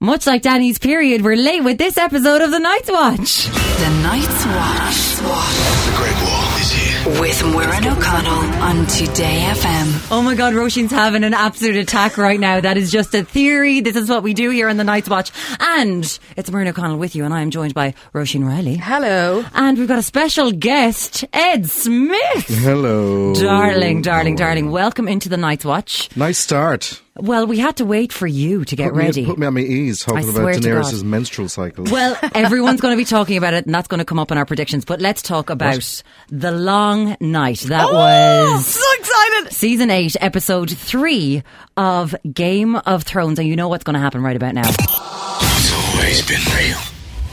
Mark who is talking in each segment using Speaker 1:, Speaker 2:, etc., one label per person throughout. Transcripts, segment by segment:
Speaker 1: Much like Danny's period, we're late with this episode of The Night's Watch.
Speaker 2: The Night's Watch.
Speaker 3: The Great Wall is here.
Speaker 2: With Muirin O'Connell on Today FM.
Speaker 1: Oh my god, Roisin's having an absolute attack right now. That is just a theory. This is what we do here on The Night's Watch. And it's Muirin O'Connell with you, and I am joined by Roisin Riley.
Speaker 4: Hello.
Speaker 1: And we've got a special guest, Ed Smith.
Speaker 5: Hello.
Speaker 1: Darling, darling, darling, welcome into The Night's Watch.
Speaker 5: Nice start.
Speaker 1: Well, we had to wait for you to get
Speaker 5: Put me-
Speaker 1: ready.
Speaker 5: put me on my ease
Speaker 1: I
Speaker 5: talking
Speaker 1: swear
Speaker 5: about
Speaker 1: to
Speaker 5: Daenerys'
Speaker 1: God.
Speaker 5: menstrual cycle.
Speaker 1: Well, everyone's going to be talking about it, and that's going to come up in our predictions. But let's talk about the long night. That was
Speaker 4: Oh, so excited.
Speaker 1: season eight, episode three of Game of Thrones, and you know what's going to happen right about now.
Speaker 3: It's always been real.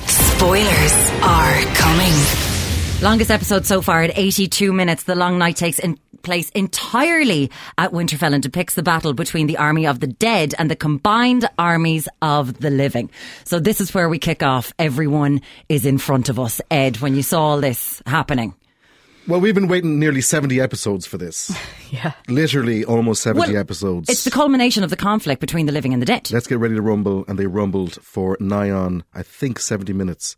Speaker 2: Spoilers are coming.
Speaker 1: Longest episode so far at 82 minutes. The long night takes in place entirely at Winterfell and depicts the battle between the army of the dead and the combined armies of the living. So this is where we kick off. Everyone is in front of us. Ed, when you saw all this happening.
Speaker 5: Well, we've been waiting nearly 70 episodes for this.
Speaker 4: Yeah.
Speaker 5: Literally almost 70
Speaker 1: Well,
Speaker 5: episodes.
Speaker 1: It's the culmination of the conflict between the living and the dead.
Speaker 5: Let's get ready to rumble. And they rumbled for nigh on, I think, 70 minutes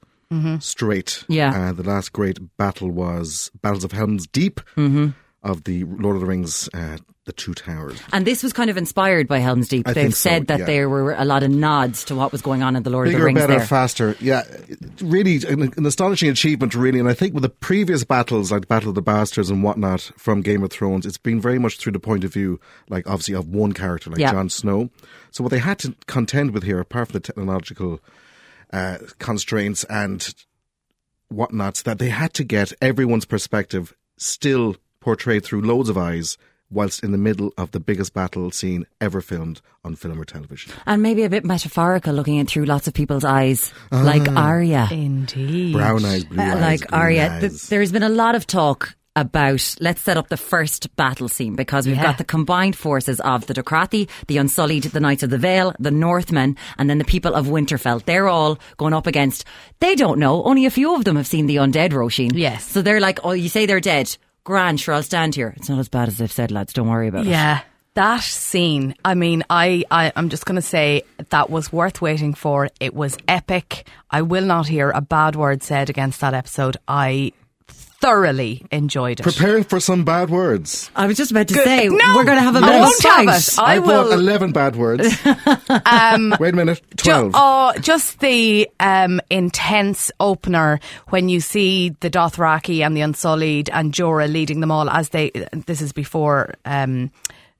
Speaker 5: straight.
Speaker 1: Mm-hmm. Yeah.
Speaker 5: And the last great battle was Battles of Helm's Deep
Speaker 1: Mm-hmm.
Speaker 5: of the Lord of the Rings, uh, The Two Towers.
Speaker 1: And this was kind of inspired by Helm's Deep.
Speaker 5: I
Speaker 1: They've
Speaker 5: think so,
Speaker 1: said that
Speaker 5: yeah.
Speaker 1: there were a lot of nods to what was going on in the Lord of
Speaker 5: Bigger,
Speaker 1: the Rings
Speaker 5: better,
Speaker 1: there.
Speaker 5: faster. Yeah, it- really an, an astonishing achievement, really. And I think with the previous battles, like Battle of the Bastards and whatnot from Game of Thrones, it's been very much through the point of view, like obviously of one character, like
Speaker 1: Yeah.
Speaker 5: Jon Snow. So what they had to contend with here, apart from the technological uh, constraints and whatnots, that they had to get everyone's perspective still portrayed through loads of eyes. Whilst in the middle of the biggest battle scene ever filmed on film or television,
Speaker 1: and maybe a bit metaphorical looking in through lots of people's eyes, like
Speaker 5: Ah.
Speaker 1: Arya.
Speaker 4: Indeed.
Speaker 5: brown eyes, blue eyes,
Speaker 1: Uh, like
Speaker 5: green
Speaker 1: Arya, th-
Speaker 5: eyes.
Speaker 1: there's been a lot of talk about let's set up the first battle scene because we've
Speaker 4: Yeah.
Speaker 1: got the combined forces of the Dothraki, the Unsullied, the Knights of the Vale, the Northmen, and then the people of Winterfell. They're all going up against. They don't know. Only a few of them have seen the undead, Roisin.
Speaker 4: Yes.
Speaker 1: So they're like, oh, you say they're dead. Grand, sure, I'll stand here. It's not as bad as they've said, lads. Don't worry about it.
Speaker 4: Yeah. That scene, I mean, I, I, I'm just going to say that was worth waiting for. It was epic. I will not hear a bad word said against that episode. I thoroughly enjoyed it.
Speaker 5: preparing for some bad words.
Speaker 1: I was just about to
Speaker 4: Good-
Speaker 1: say
Speaker 4: No,
Speaker 1: we're going to have a
Speaker 4: I
Speaker 1: bit of a
Speaker 4: won't have
Speaker 1: fight.
Speaker 4: it. I
Speaker 5: brought
Speaker 4: will-
Speaker 5: eleven bad words. Wait a minute, twelve.
Speaker 4: Ju- oh, just the um, intense opener when you see the Dothraki and the Unsullied and Jorah leading them all as they. This is before. Um,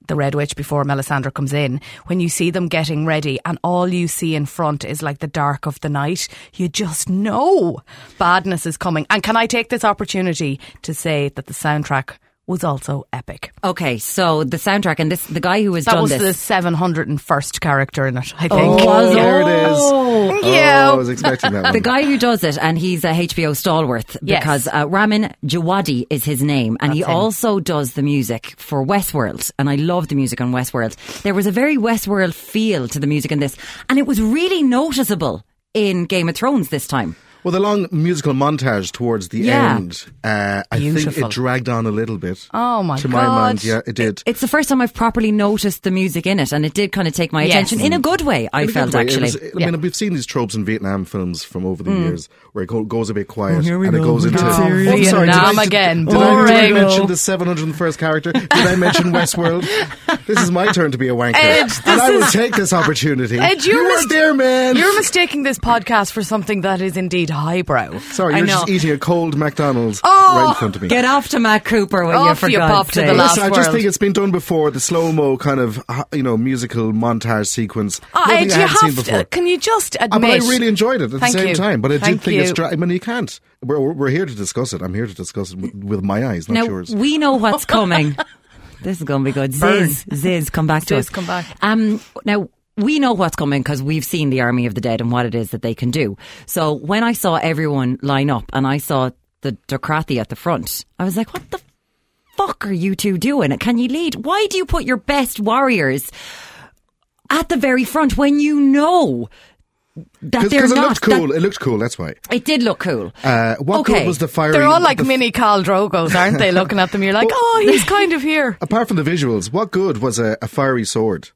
Speaker 4: the Red Witch before Melisandre comes in, when you see them getting ready and all you see in front is like the dark of the night, you just know badness is coming. And can I take this opportunity to say that the soundtrack was also epic?
Speaker 1: Okay, so the soundtrack and this the guy who has
Speaker 4: That
Speaker 1: done
Speaker 4: was
Speaker 1: this.
Speaker 4: the 701st character in it, I think.
Speaker 1: was
Speaker 5: Oh, there it is.
Speaker 4: oh, Thank
Speaker 5: Oh,
Speaker 4: you.
Speaker 5: I was expecting that one.
Speaker 1: The guy who does it, and he's a HBO stalwart
Speaker 4: Yes.
Speaker 1: because uh, Ramin Djawadi is his name, and he
Speaker 4: him.
Speaker 1: also does the music for Westworld. And I love the music on Westworld. There was a very Westworld feel to the music in this, and it was really noticeable in Game of Thrones this time.
Speaker 5: well, the long musical montage towards the
Speaker 1: Yeah.
Speaker 5: end. Uh, I
Speaker 4: Beautiful.
Speaker 5: think it dragged on a little bit.
Speaker 4: Oh, my
Speaker 5: To my
Speaker 4: God.
Speaker 5: mind, yeah, it did.
Speaker 1: It's the first time I've properly noticed the music in it, and it did kind of take my
Speaker 4: Yes.
Speaker 1: attention in a good way. I
Speaker 5: In a good
Speaker 1: felt
Speaker 5: way. It
Speaker 1: actually.
Speaker 5: was- I mean, we've seen these tropes in Vietnam films from over the
Speaker 4: Hmm.
Speaker 5: years where it go, goes a bit quiet and it goes into.
Speaker 4: Oh, Vietnam
Speaker 5: did I-
Speaker 4: again.
Speaker 5: Did I, did I
Speaker 4: Boring.
Speaker 5: mention the 701st character? Did I mention Westworld? This is my turn to be a wanker.
Speaker 4: Ed, this
Speaker 5: and I will
Speaker 4: is-
Speaker 5: take this opportunity.
Speaker 4: Ed, you're
Speaker 5: you were
Speaker 4: mis-
Speaker 5: there, man.
Speaker 4: You're mistaking this podcast for something that is indeed highbrow.
Speaker 5: Sorry,
Speaker 4: I
Speaker 5: you're
Speaker 4: know.
Speaker 5: just eating a cold McDonald's
Speaker 4: Oh,
Speaker 5: right in front of me.
Speaker 1: Get off to Matt Cooper when you
Speaker 4: Off you
Speaker 1: forgot
Speaker 4: pop to the last-
Speaker 5: Listen, I just
Speaker 4: world.
Speaker 5: think it's been done before. The slow mo kind of uh, you know musical montage sequence.
Speaker 4: Oh,
Speaker 5: Nothing
Speaker 4: Ed,
Speaker 5: I
Speaker 4: you
Speaker 5: hadn't
Speaker 4: have
Speaker 5: seen
Speaker 4: to,
Speaker 5: before.
Speaker 4: can you just admit?
Speaker 5: Ah, but I really enjoyed it at
Speaker 4: Thank
Speaker 5: the same
Speaker 4: you.
Speaker 5: time. But I
Speaker 4: Thank
Speaker 5: did think it's.
Speaker 4: you.
Speaker 5: Dra- I mean, you can't. We're, we're we're here to discuss it. I'm here to discuss it with, with my eyes, not
Speaker 1: Now
Speaker 5: yours.
Speaker 1: we know what's coming. this is going to be good. Ziz, Ziz, come back to
Speaker 4: Ziz,
Speaker 1: us.
Speaker 4: come back.
Speaker 1: Um, now we know what's coming because we've seen the army of the dead and what it is that they can do. So when I saw everyone line up and I saw the Dokrathi at the front, I was like, "What the fuck are you two doing? Can you lead? Why do you put your best warriors at the very front when you know?" That they're
Speaker 5: Because it
Speaker 1: not.
Speaker 5: looked
Speaker 1: that-
Speaker 5: cool. it looked cool. That's why.
Speaker 1: it did look cool.
Speaker 5: Uh, what
Speaker 1: Okay.
Speaker 5: good was the firing?
Speaker 4: They're all like
Speaker 5: the-
Speaker 4: mini Khal Drogos, aren't they? Looking at them, you're like, oh, he's kind of here.
Speaker 5: Apart from the visuals, what good was a, a fiery sword?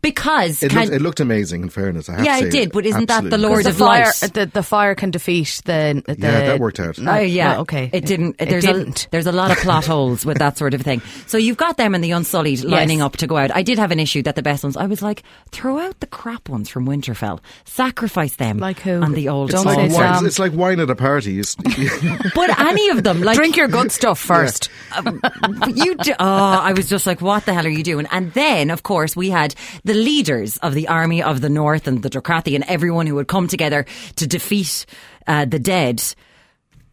Speaker 1: Because
Speaker 5: It,
Speaker 1: can,
Speaker 5: looked, it looked amazing, in fairness. I have
Speaker 1: Yeah,
Speaker 5: to
Speaker 1: it
Speaker 5: say.
Speaker 1: did, but isn't that the
Speaker 5: Absolutely
Speaker 1: Lord
Speaker 5: incredible.
Speaker 4: The
Speaker 1: of
Speaker 4: fire,
Speaker 1: light.
Speaker 4: the, the fire can defeat the. the
Speaker 5: Yeah, that worked out.
Speaker 1: Oh yeah,
Speaker 4: well, okay.
Speaker 1: It didn't.
Speaker 4: It
Speaker 1: There's
Speaker 4: didn't.
Speaker 1: a there's a lot of plot holes with that sort of thing. So you've got them and the Unsullied lining up to go out. I did have an issue that the best ones. I was like, throw out the crap ones from Winterfell, sacrifice them,
Speaker 4: Like who?
Speaker 1: and the old
Speaker 5: It's
Speaker 4: Don't
Speaker 5: like,
Speaker 4: say
Speaker 5: wine,
Speaker 4: Sam.
Speaker 1: um,
Speaker 5: it's- it's like wine at a party. You s-
Speaker 1: But any of them, like
Speaker 4: Drink your good stuff first.
Speaker 1: But you do, oh, I was just like, what the hell are you doing? And then, of course, we had the leaders of the army of the North and the Dracathi and everyone who had come together to defeat uh, the dead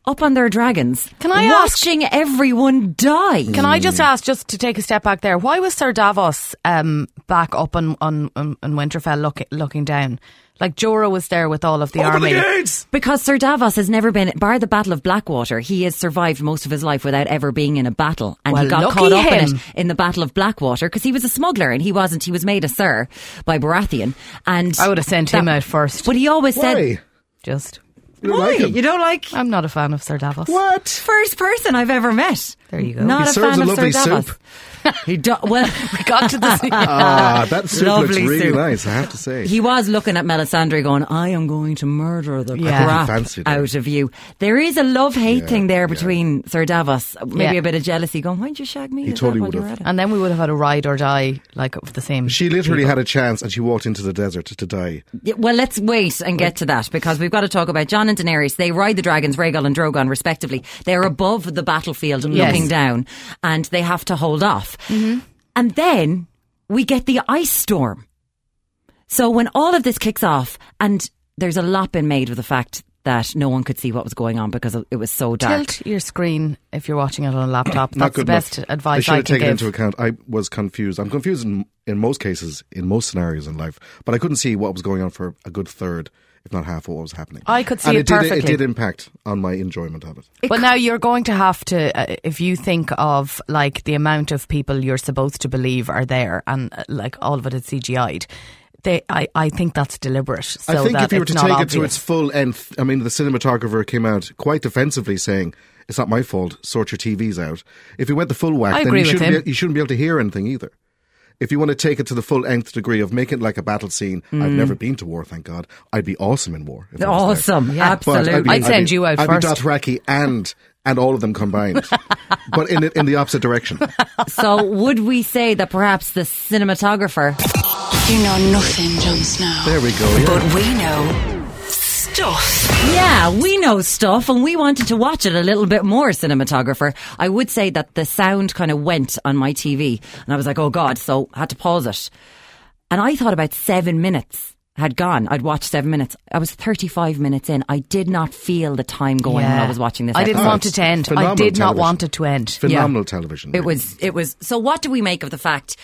Speaker 1: up on their dragons.
Speaker 4: Can I ask-
Speaker 1: watching everyone die?
Speaker 4: Can I
Speaker 5: Mm.
Speaker 4: just ask, just to take a step back there, why was Sir Davos um, back up on on, on, on Winterfell look, looking down? Like Jorah was there with all of the
Speaker 5: Open the
Speaker 4: army.
Speaker 5: gates!
Speaker 1: Because Sir Davos has never been, bar the Battle of Blackwater, he has survived most of his life without ever being in a battle. And he
Speaker 4: Well,
Speaker 1: got
Speaker 4: lucky
Speaker 1: caught up in
Speaker 4: him.
Speaker 1: it in the Battle of Blackwater because he was a smuggler and he wasn't, he was made a sir by Baratheon. And
Speaker 4: I would have sent him out first.
Speaker 1: But he always said,
Speaker 5: Why?
Speaker 4: just,
Speaker 5: You don't like him.
Speaker 1: You don't like
Speaker 4: I'm not a fan of Sir Davos.
Speaker 5: What?
Speaker 1: first person I've ever met.
Speaker 4: There you go.
Speaker 1: Not
Speaker 5: He
Speaker 1: a
Speaker 5: serves
Speaker 1: fan
Speaker 5: a
Speaker 1: of
Speaker 5: lovely
Speaker 1: Sir Davos.
Speaker 5: soup.
Speaker 1: he do- well,
Speaker 4: Got to the
Speaker 5: Ah, that soup looks
Speaker 1: Lovely
Speaker 5: really
Speaker 1: soup.
Speaker 5: nice. I have to say.
Speaker 1: he was looking at Melisandre going, "I am going to murder the
Speaker 4: Yeah.
Speaker 1: crap
Speaker 5: Fancy that.
Speaker 1: out of you." There is a love hate
Speaker 5: Yeah,
Speaker 1: thing there
Speaker 5: yeah.
Speaker 1: between Sir Davos, maybe
Speaker 4: Yeah.
Speaker 1: a bit of jealousy, going, "Why'd you shag me?"
Speaker 5: He
Speaker 1: Is
Speaker 5: totally
Speaker 1: that what
Speaker 5: would've.
Speaker 1: you're at it?
Speaker 4: And then we would have had a ride or die, like of the same.
Speaker 5: She literally had a chance, and she walked into the desert to die.
Speaker 1: Yeah, well, let's wait and get to that because we've got to talk about John and Daenerys. They ride the dragons, Rhaegal and Drogon, respectively. They're above the battlefield
Speaker 4: Yes. Mm-hmm.
Speaker 1: looking down and they have to hold off. And then we get the ice storm. So when all of this kicks off, and there's a lot been made of the fact that no one could see what was going on because it was so dark.
Speaker 4: Tilt your screen if you're watching it on a laptop.
Speaker 5: Not
Speaker 4: That's the
Speaker 5: good
Speaker 4: best
Speaker 5: enough. They
Speaker 4: advice
Speaker 5: should
Speaker 4: I
Speaker 5: have
Speaker 4: can
Speaker 5: taken
Speaker 4: give.
Speaker 5: into account. I was confused. I'm confused in, in most cases, in most scenarios in life, but I couldn't see what was going on for a good third, if not half, of what was happening.
Speaker 4: I could see
Speaker 5: and
Speaker 4: it
Speaker 5: it, did, it
Speaker 4: perfectly.
Speaker 5: did impact on my enjoyment of it.
Speaker 4: Well, now you're going to have to, uh, if you think of like the amount of people you're supposed to believe are there, and uh, like all of it is CGI'd. They, I, I think that's deliberate. So
Speaker 5: I think
Speaker 4: that
Speaker 5: if you were
Speaker 4: it's
Speaker 5: to
Speaker 4: not
Speaker 5: take it to
Speaker 4: obvious.
Speaker 5: its full nth, I mean, the cinematographer came out quite defensively saying, "It's not my fault. Sort your TVs out." If you went the full whack,
Speaker 4: I
Speaker 5: then
Speaker 4: agree
Speaker 5: you
Speaker 4: with
Speaker 5: shouldn't,
Speaker 4: him.
Speaker 5: Be, you shouldn't be able to hear anything either. If you want to take it to the full nth degree of making it like a battle scene,
Speaker 4: Mm.
Speaker 5: I've never been to war, thank God. I'd be awesome in war. if I was there.
Speaker 1: Awesome.
Speaker 4: Yeah.
Speaker 5: But
Speaker 1: Absolutely.
Speaker 5: I'd, be,
Speaker 4: I'd send
Speaker 5: be-
Speaker 4: you out
Speaker 5: I'd
Speaker 4: first.
Speaker 5: be Dothraki and and all of them combined, but in the- in the opposite direction.
Speaker 1: so would we say that perhaps the cinematographer
Speaker 2: You know nothing, Jon Snow.
Speaker 5: There we go. Yeah.
Speaker 2: But we know stuff.
Speaker 1: Yeah, we know stuff and we wanted to watch it a little bit more, cinematographer. I would say that the sound kind of went on my TV and I was like, oh God, so I had to pause it. And I thought about seven minutes had gone. I'd watched seven minutes. I was 35 minutes in. I did not feel the time going when I was watching this.
Speaker 4: I didn't
Speaker 1: episode.
Speaker 4: want it to end. I
Speaker 5: Phenomenal
Speaker 4: did not
Speaker 5: television.
Speaker 4: want it to end.
Speaker 5: Phenomenal television.
Speaker 1: It was. It was. So, what do we make of the fact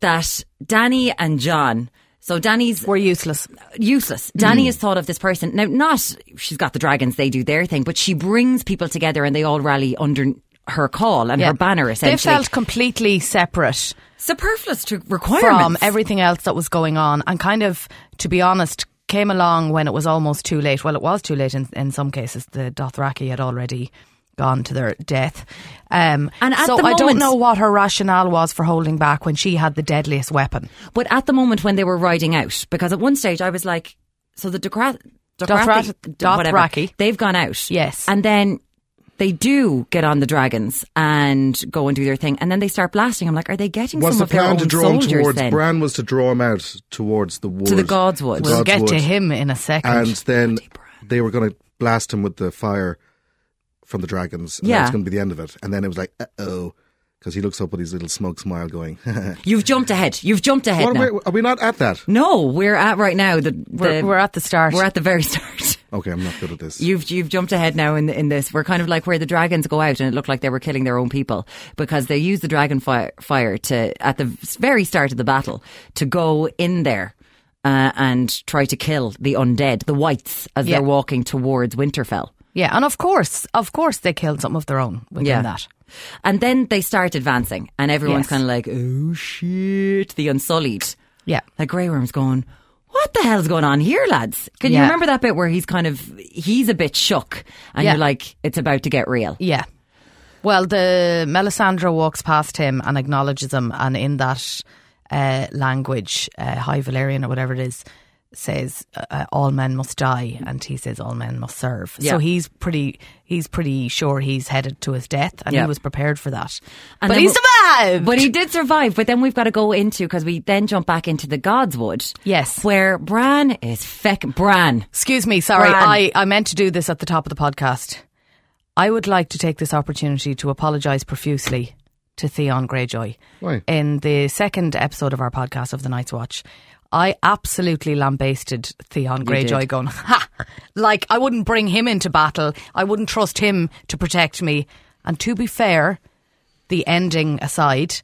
Speaker 1: that Danny and John? So Danny's
Speaker 4: We're useless.
Speaker 1: useless.
Speaker 4: Hmm.
Speaker 1: Danny has thought of this person. Now, not she's got the dragons; they do their thing, but she brings people together, and they all rally under her call and
Speaker 4: Yeah.
Speaker 1: her banner.
Speaker 4: They
Speaker 1: Essentially,
Speaker 4: felt completely separate
Speaker 1: superfluous to
Speaker 4: from
Speaker 1: requirements.
Speaker 4: everything else that was going on and kind of, to be honest, came along when it was almost too late. Well, it was too late in, in some cases. The Dothraki had already gone to their death. Um,
Speaker 1: And at
Speaker 4: so
Speaker 1: the
Speaker 4: I don't
Speaker 1: moment-
Speaker 4: know what her rationale was for holding back when she had the deadliest weapon.
Speaker 1: but at the moment when they were riding out, because at one stage I was like, "So the Dacra- Dacrathi,
Speaker 4: Dothra-
Speaker 1: whatever,
Speaker 4: Dothraki.
Speaker 1: they've gone out,
Speaker 4: Yes.
Speaker 1: and then." They do get on the dragons and go and do their thing, and then they start blasting. I'm like, are they getting
Speaker 5: Was
Speaker 1: some
Speaker 5: the
Speaker 1: of their
Speaker 5: plan
Speaker 1: own
Speaker 5: to draw him
Speaker 1: soldiers?
Speaker 5: towards
Speaker 1: then
Speaker 5: Bran was to draw him out towards the wood
Speaker 1: the God's Wood.
Speaker 5: the
Speaker 1: We'll
Speaker 5: God's
Speaker 4: We'll get to
Speaker 5: Wood.
Speaker 4: him in a second.
Speaker 5: and then they were going to blast him with the fire from the dragons. And
Speaker 1: Yeah.
Speaker 5: that was going to be the end of it. And then it was like, uh oh, because he looks up with his little smug smile, going,
Speaker 1: You've jumped ahead. You've jumped ahead
Speaker 5: "What
Speaker 1: now.
Speaker 5: are we, are we not at that?"
Speaker 1: No, we're at right now. The, the
Speaker 4: we're, we're at the start.
Speaker 1: We're at the very start.
Speaker 5: Okay, I'm not good at this.
Speaker 1: You've you've jumped ahead now in in this. We're kind of like where the dragons go out, and it looked like they were killing their own people because they used the dragon fire, fire to at the very start of the battle to go in there uh, and try to kill the undead, the whites, as
Speaker 4: Yeah.
Speaker 1: they're walking towards Winterfell.
Speaker 4: yeah, and of course, of course, they killed some of their own within
Speaker 1: Yeah.
Speaker 4: that.
Speaker 1: And then they start advancing, and everyone's
Speaker 4: Yes.
Speaker 1: kind of like, "Oh shit!" The Unsullied.
Speaker 4: Yeah.
Speaker 1: Like Grey Worm's going, what the hell's going on here, lads? Can you
Speaker 4: Yeah.
Speaker 1: remember that bit where he's kind of, he's a bit shook and
Speaker 4: Yeah.
Speaker 1: you're like, it's about to get real.
Speaker 4: Yeah. Well, the Melisandre walks past him and acknowledges him, and in that uh, language, uh, High Valerian or whatever it is, says uh, uh, all men must die, and he says all men must serve.
Speaker 1: Yeah.
Speaker 4: So he's pretty he's pretty sure he's headed to his death, and
Speaker 1: Yeah.
Speaker 4: he was prepared for that.
Speaker 1: And
Speaker 4: but
Speaker 1: then
Speaker 4: he
Speaker 1: we're-
Speaker 4: survived.
Speaker 1: But he did survive. But then we've got to go into because we then jump back into the Godswood.
Speaker 4: Yes.
Speaker 1: where Bran is feck Bran.
Speaker 4: Excuse me, sorry.
Speaker 1: Fran.
Speaker 4: I, I meant to do this at the top of the podcast. I would like to take this opportunity to apologise profusely to Theon Greyjoy.
Speaker 5: Why?
Speaker 4: In the second episode of our podcast of The Night's Watch, I absolutely lambasted Theon Greyjoy,
Speaker 1: did.
Speaker 4: going, ha! Like, I wouldn't bring him into battle. I wouldn't trust him to protect me. And to be fair, the ending aside,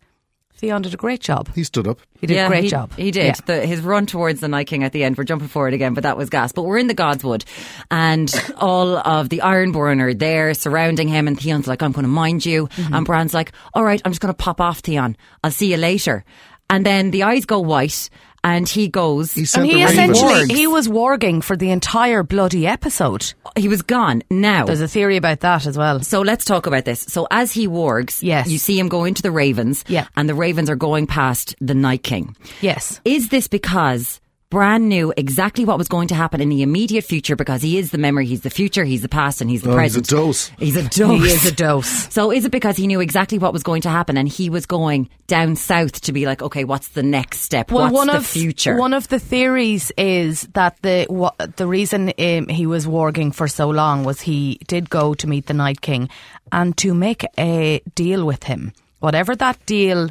Speaker 4: Theon did a great job.
Speaker 5: He stood up.
Speaker 4: He did a great
Speaker 1: he,
Speaker 4: job.
Speaker 1: He did.
Speaker 4: Yeah.
Speaker 1: The, his run towards the Night King at the end. We're jumping forward again, but that was gas. But we're in the Godswood, and all of the Ironborn are there surrounding him. And Theon's like, "I'm going to mind you,"
Speaker 4: Mm-hmm.
Speaker 1: and Bran's like, "All right, I'm just going to pop off, Theon. I'll see you later." And then the eyes go white, and Um, he goes.
Speaker 5: He
Speaker 4: And
Speaker 5: sent
Speaker 4: he
Speaker 5: the raven.
Speaker 4: essentially
Speaker 1: Wargs.
Speaker 4: he was warging for the entire bloody episode.
Speaker 1: he was gone. Now
Speaker 4: There's a theory about that as well.
Speaker 1: So let's talk about this. So as he wargs,
Speaker 4: Yes.
Speaker 1: you see him go into the Ravens,
Speaker 4: Yeah.
Speaker 1: and the Ravens are going past the Night King.
Speaker 4: Yes.
Speaker 1: Is this because Bran knew exactly what was going to happen in the immediate future because he is the memory, he's the future, he's the past, and he's the
Speaker 5: Oh, he's a
Speaker 1: present.
Speaker 5: dose.
Speaker 1: He's a dose.
Speaker 4: He is a dose.
Speaker 1: So is it because he knew exactly what was going to happen and he was going down south to be like, okay, what's the next step? what's
Speaker 4: one
Speaker 1: the
Speaker 4: of
Speaker 1: future?
Speaker 4: one of the theories is that the wha the reason um, he was warging for so long was he did go to meet the Night King and to make a deal with him, whatever that deal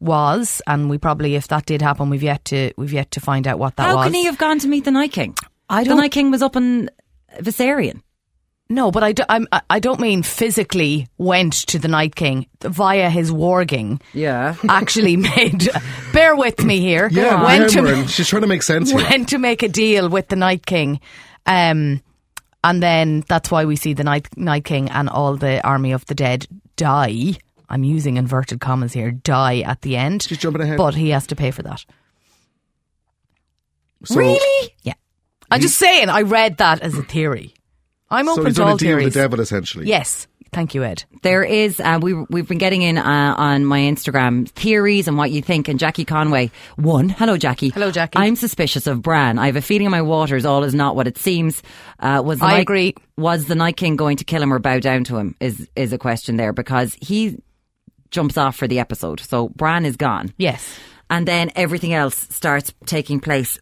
Speaker 4: was, and we probably if that did happen, we've yet to we've yet to find out what that
Speaker 1: How
Speaker 4: was.
Speaker 1: can he have gone to meet the Night King?
Speaker 4: I
Speaker 1: The
Speaker 4: don't-
Speaker 1: Night King was up in Viserion.
Speaker 4: No, but I, do, I'm, I- I don't mean physically went to the Night King via his warging.
Speaker 1: Yeah.
Speaker 4: Actually made. bear with me here.
Speaker 5: Yeah,
Speaker 4: went
Speaker 5: Cameron,
Speaker 4: to
Speaker 5: she's trying to make sense here.
Speaker 4: went to make a deal with the Night King, um, and then that's why we see the Night Night King and all the army of the dead die. I'm using inverted commas here. Die at the end.
Speaker 5: She's jumping ahead.
Speaker 4: But he has to pay for that.
Speaker 5: So,
Speaker 1: really?
Speaker 4: Yeah. I'm just saying. I read that as a theory. I'm
Speaker 5: So
Speaker 4: open
Speaker 5: he's
Speaker 4: to
Speaker 5: on a
Speaker 4: all
Speaker 5: deal with
Speaker 4: theories.
Speaker 5: the devil, essentially.
Speaker 4: Yes. Thank you, Ed.
Speaker 1: There is. Uh, we we've been getting in uh, on my Instagram theories and what you think. And Jackie Conway, one. Hello, Jackie.
Speaker 4: Hello, Jackie.
Speaker 1: I'm suspicious of Bran. I have a feeling in my waters all is not what it seems. Uh, was the
Speaker 4: I
Speaker 1: Night-
Speaker 4: agree.
Speaker 1: Was the Night King going to kill him or bow down to him? Is is a question there because he jumps off for the episode. So Bran is gone
Speaker 4: Yes.
Speaker 1: and then everything else starts taking place.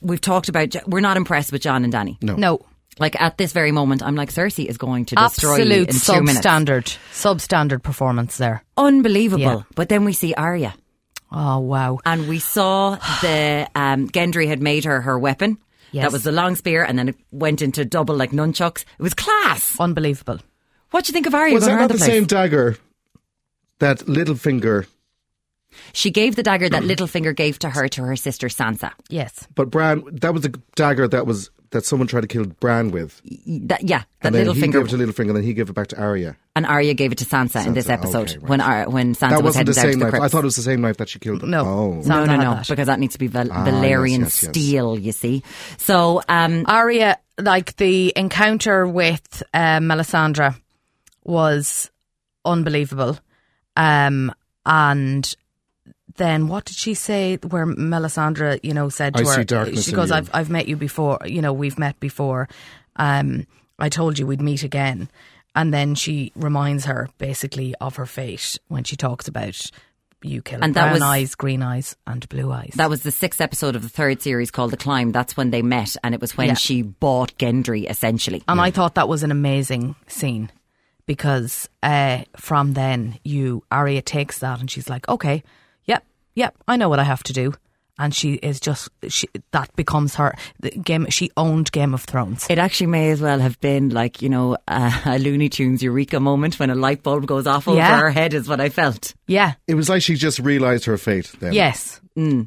Speaker 1: We've talked about. We're not impressed with John and Danny.
Speaker 5: No.
Speaker 4: No.
Speaker 1: Like at this very moment, I'm like Cersei is going to destroy you in
Speaker 4: Absolute
Speaker 1: two minutes.
Speaker 4: substandard, substandard performance there.
Speaker 1: unbelievable.
Speaker 4: Yeah.
Speaker 1: But then we see Arya,
Speaker 4: Oh wow!
Speaker 1: and we saw the um, Gendry had made her her weapon.
Speaker 4: Yes.
Speaker 1: That was the long spear, and then it went into double like nunchucks. It was class.
Speaker 4: Unbelievable.
Speaker 1: What do you think of Arya
Speaker 5: Was
Speaker 1: going around
Speaker 5: that not
Speaker 1: the
Speaker 5: the
Speaker 1: place?
Speaker 5: same dagger that Littlefinger,
Speaker 1: She gave the dagger that Littlefinger gave to her to her sister Sansa.
Speaker 4: Yes,
Speaker 5: but Bran, that was the dagger that was that someone tried to kill Bran with.
Speaker 1: That, yeah, that
Speaker 5: and then he
Speaker 1: Littlefinger
Speaker 5: gave it to Littlefinger, and then he gave it back to Arya.
Speaker 1: and Arya gave it to Sansa, in this
Speaker 5: Sansa,
Speaker 1: episode
Speaker 5: okay, right.
Speaker 1: when Ar- when Sansa
Speaker 5: that
Speaker 1: was
Speaker 5: wasn't
Speaker 1: heading
Speaker 5: the
Speaker 1: down to
Speaker 5: same
Speaker 1: the
Speaker 5: knife. I
Speaker 1: crypt.
Speaker 5: thought it was the same knife that she killed.
Speaker 4: No.
Speaker 5: Oh.
Speaker 1: no,
Speaker 4: No.
Speaker 1: no, no,
Speaker 4: Sansa had that.
Speaker 1: because that needs to be Val-
Speaker 5: Ah, yes,
Speaker 1: Valerian
Speaker 5: yes, yes.
Speaker 1: steel. You see, so um,
Speaker 4: Arya, like the encounter with um, Melisandre was unbelievable, um, and then what did she say? Where Melisandre, you know, said to
Speaker 5: I
Speaker 4: her,
Speaker 5: see darkness
Speaker 4: she
Speaker 5: in
Speaker 4: goes,
Speaker 5: you.
Speaker 4: "I've I've met you before. You know, we've met before. Um, I told you we'd meet again." And then she reminds her basically of her fate when she talks about you killing
Speaker 1: And that
Speaker 4: brown
Speaker 1: was-
Speaker 4: eyes, green eyes, and blue eyes.
Speaker 1: That was the sixth episode of the third series called The Climb. That's when they met, and it was when
Speaker 4: Yeah.
Speaker 1: she bought Gendry, essentially.
Speaker 4: And I thought that was an amazing scene because uh, from then you Arya takes that and she's like, okay, yep, yep, I know what I have to do, and she is just she, that becomes her the game. She owned Game of Thrones.
Speaker 1: It actually may as well have been like, you know, a, a Looney Tunes Eureka moment when a light bulb goes off over
Speaker 4: Yeah.
Speaker 1: her head, is what I felt.
Speaker 4: Yeah.
Speaker 5: It was like she just realized her fate. Then,
Speaker 4: Yes.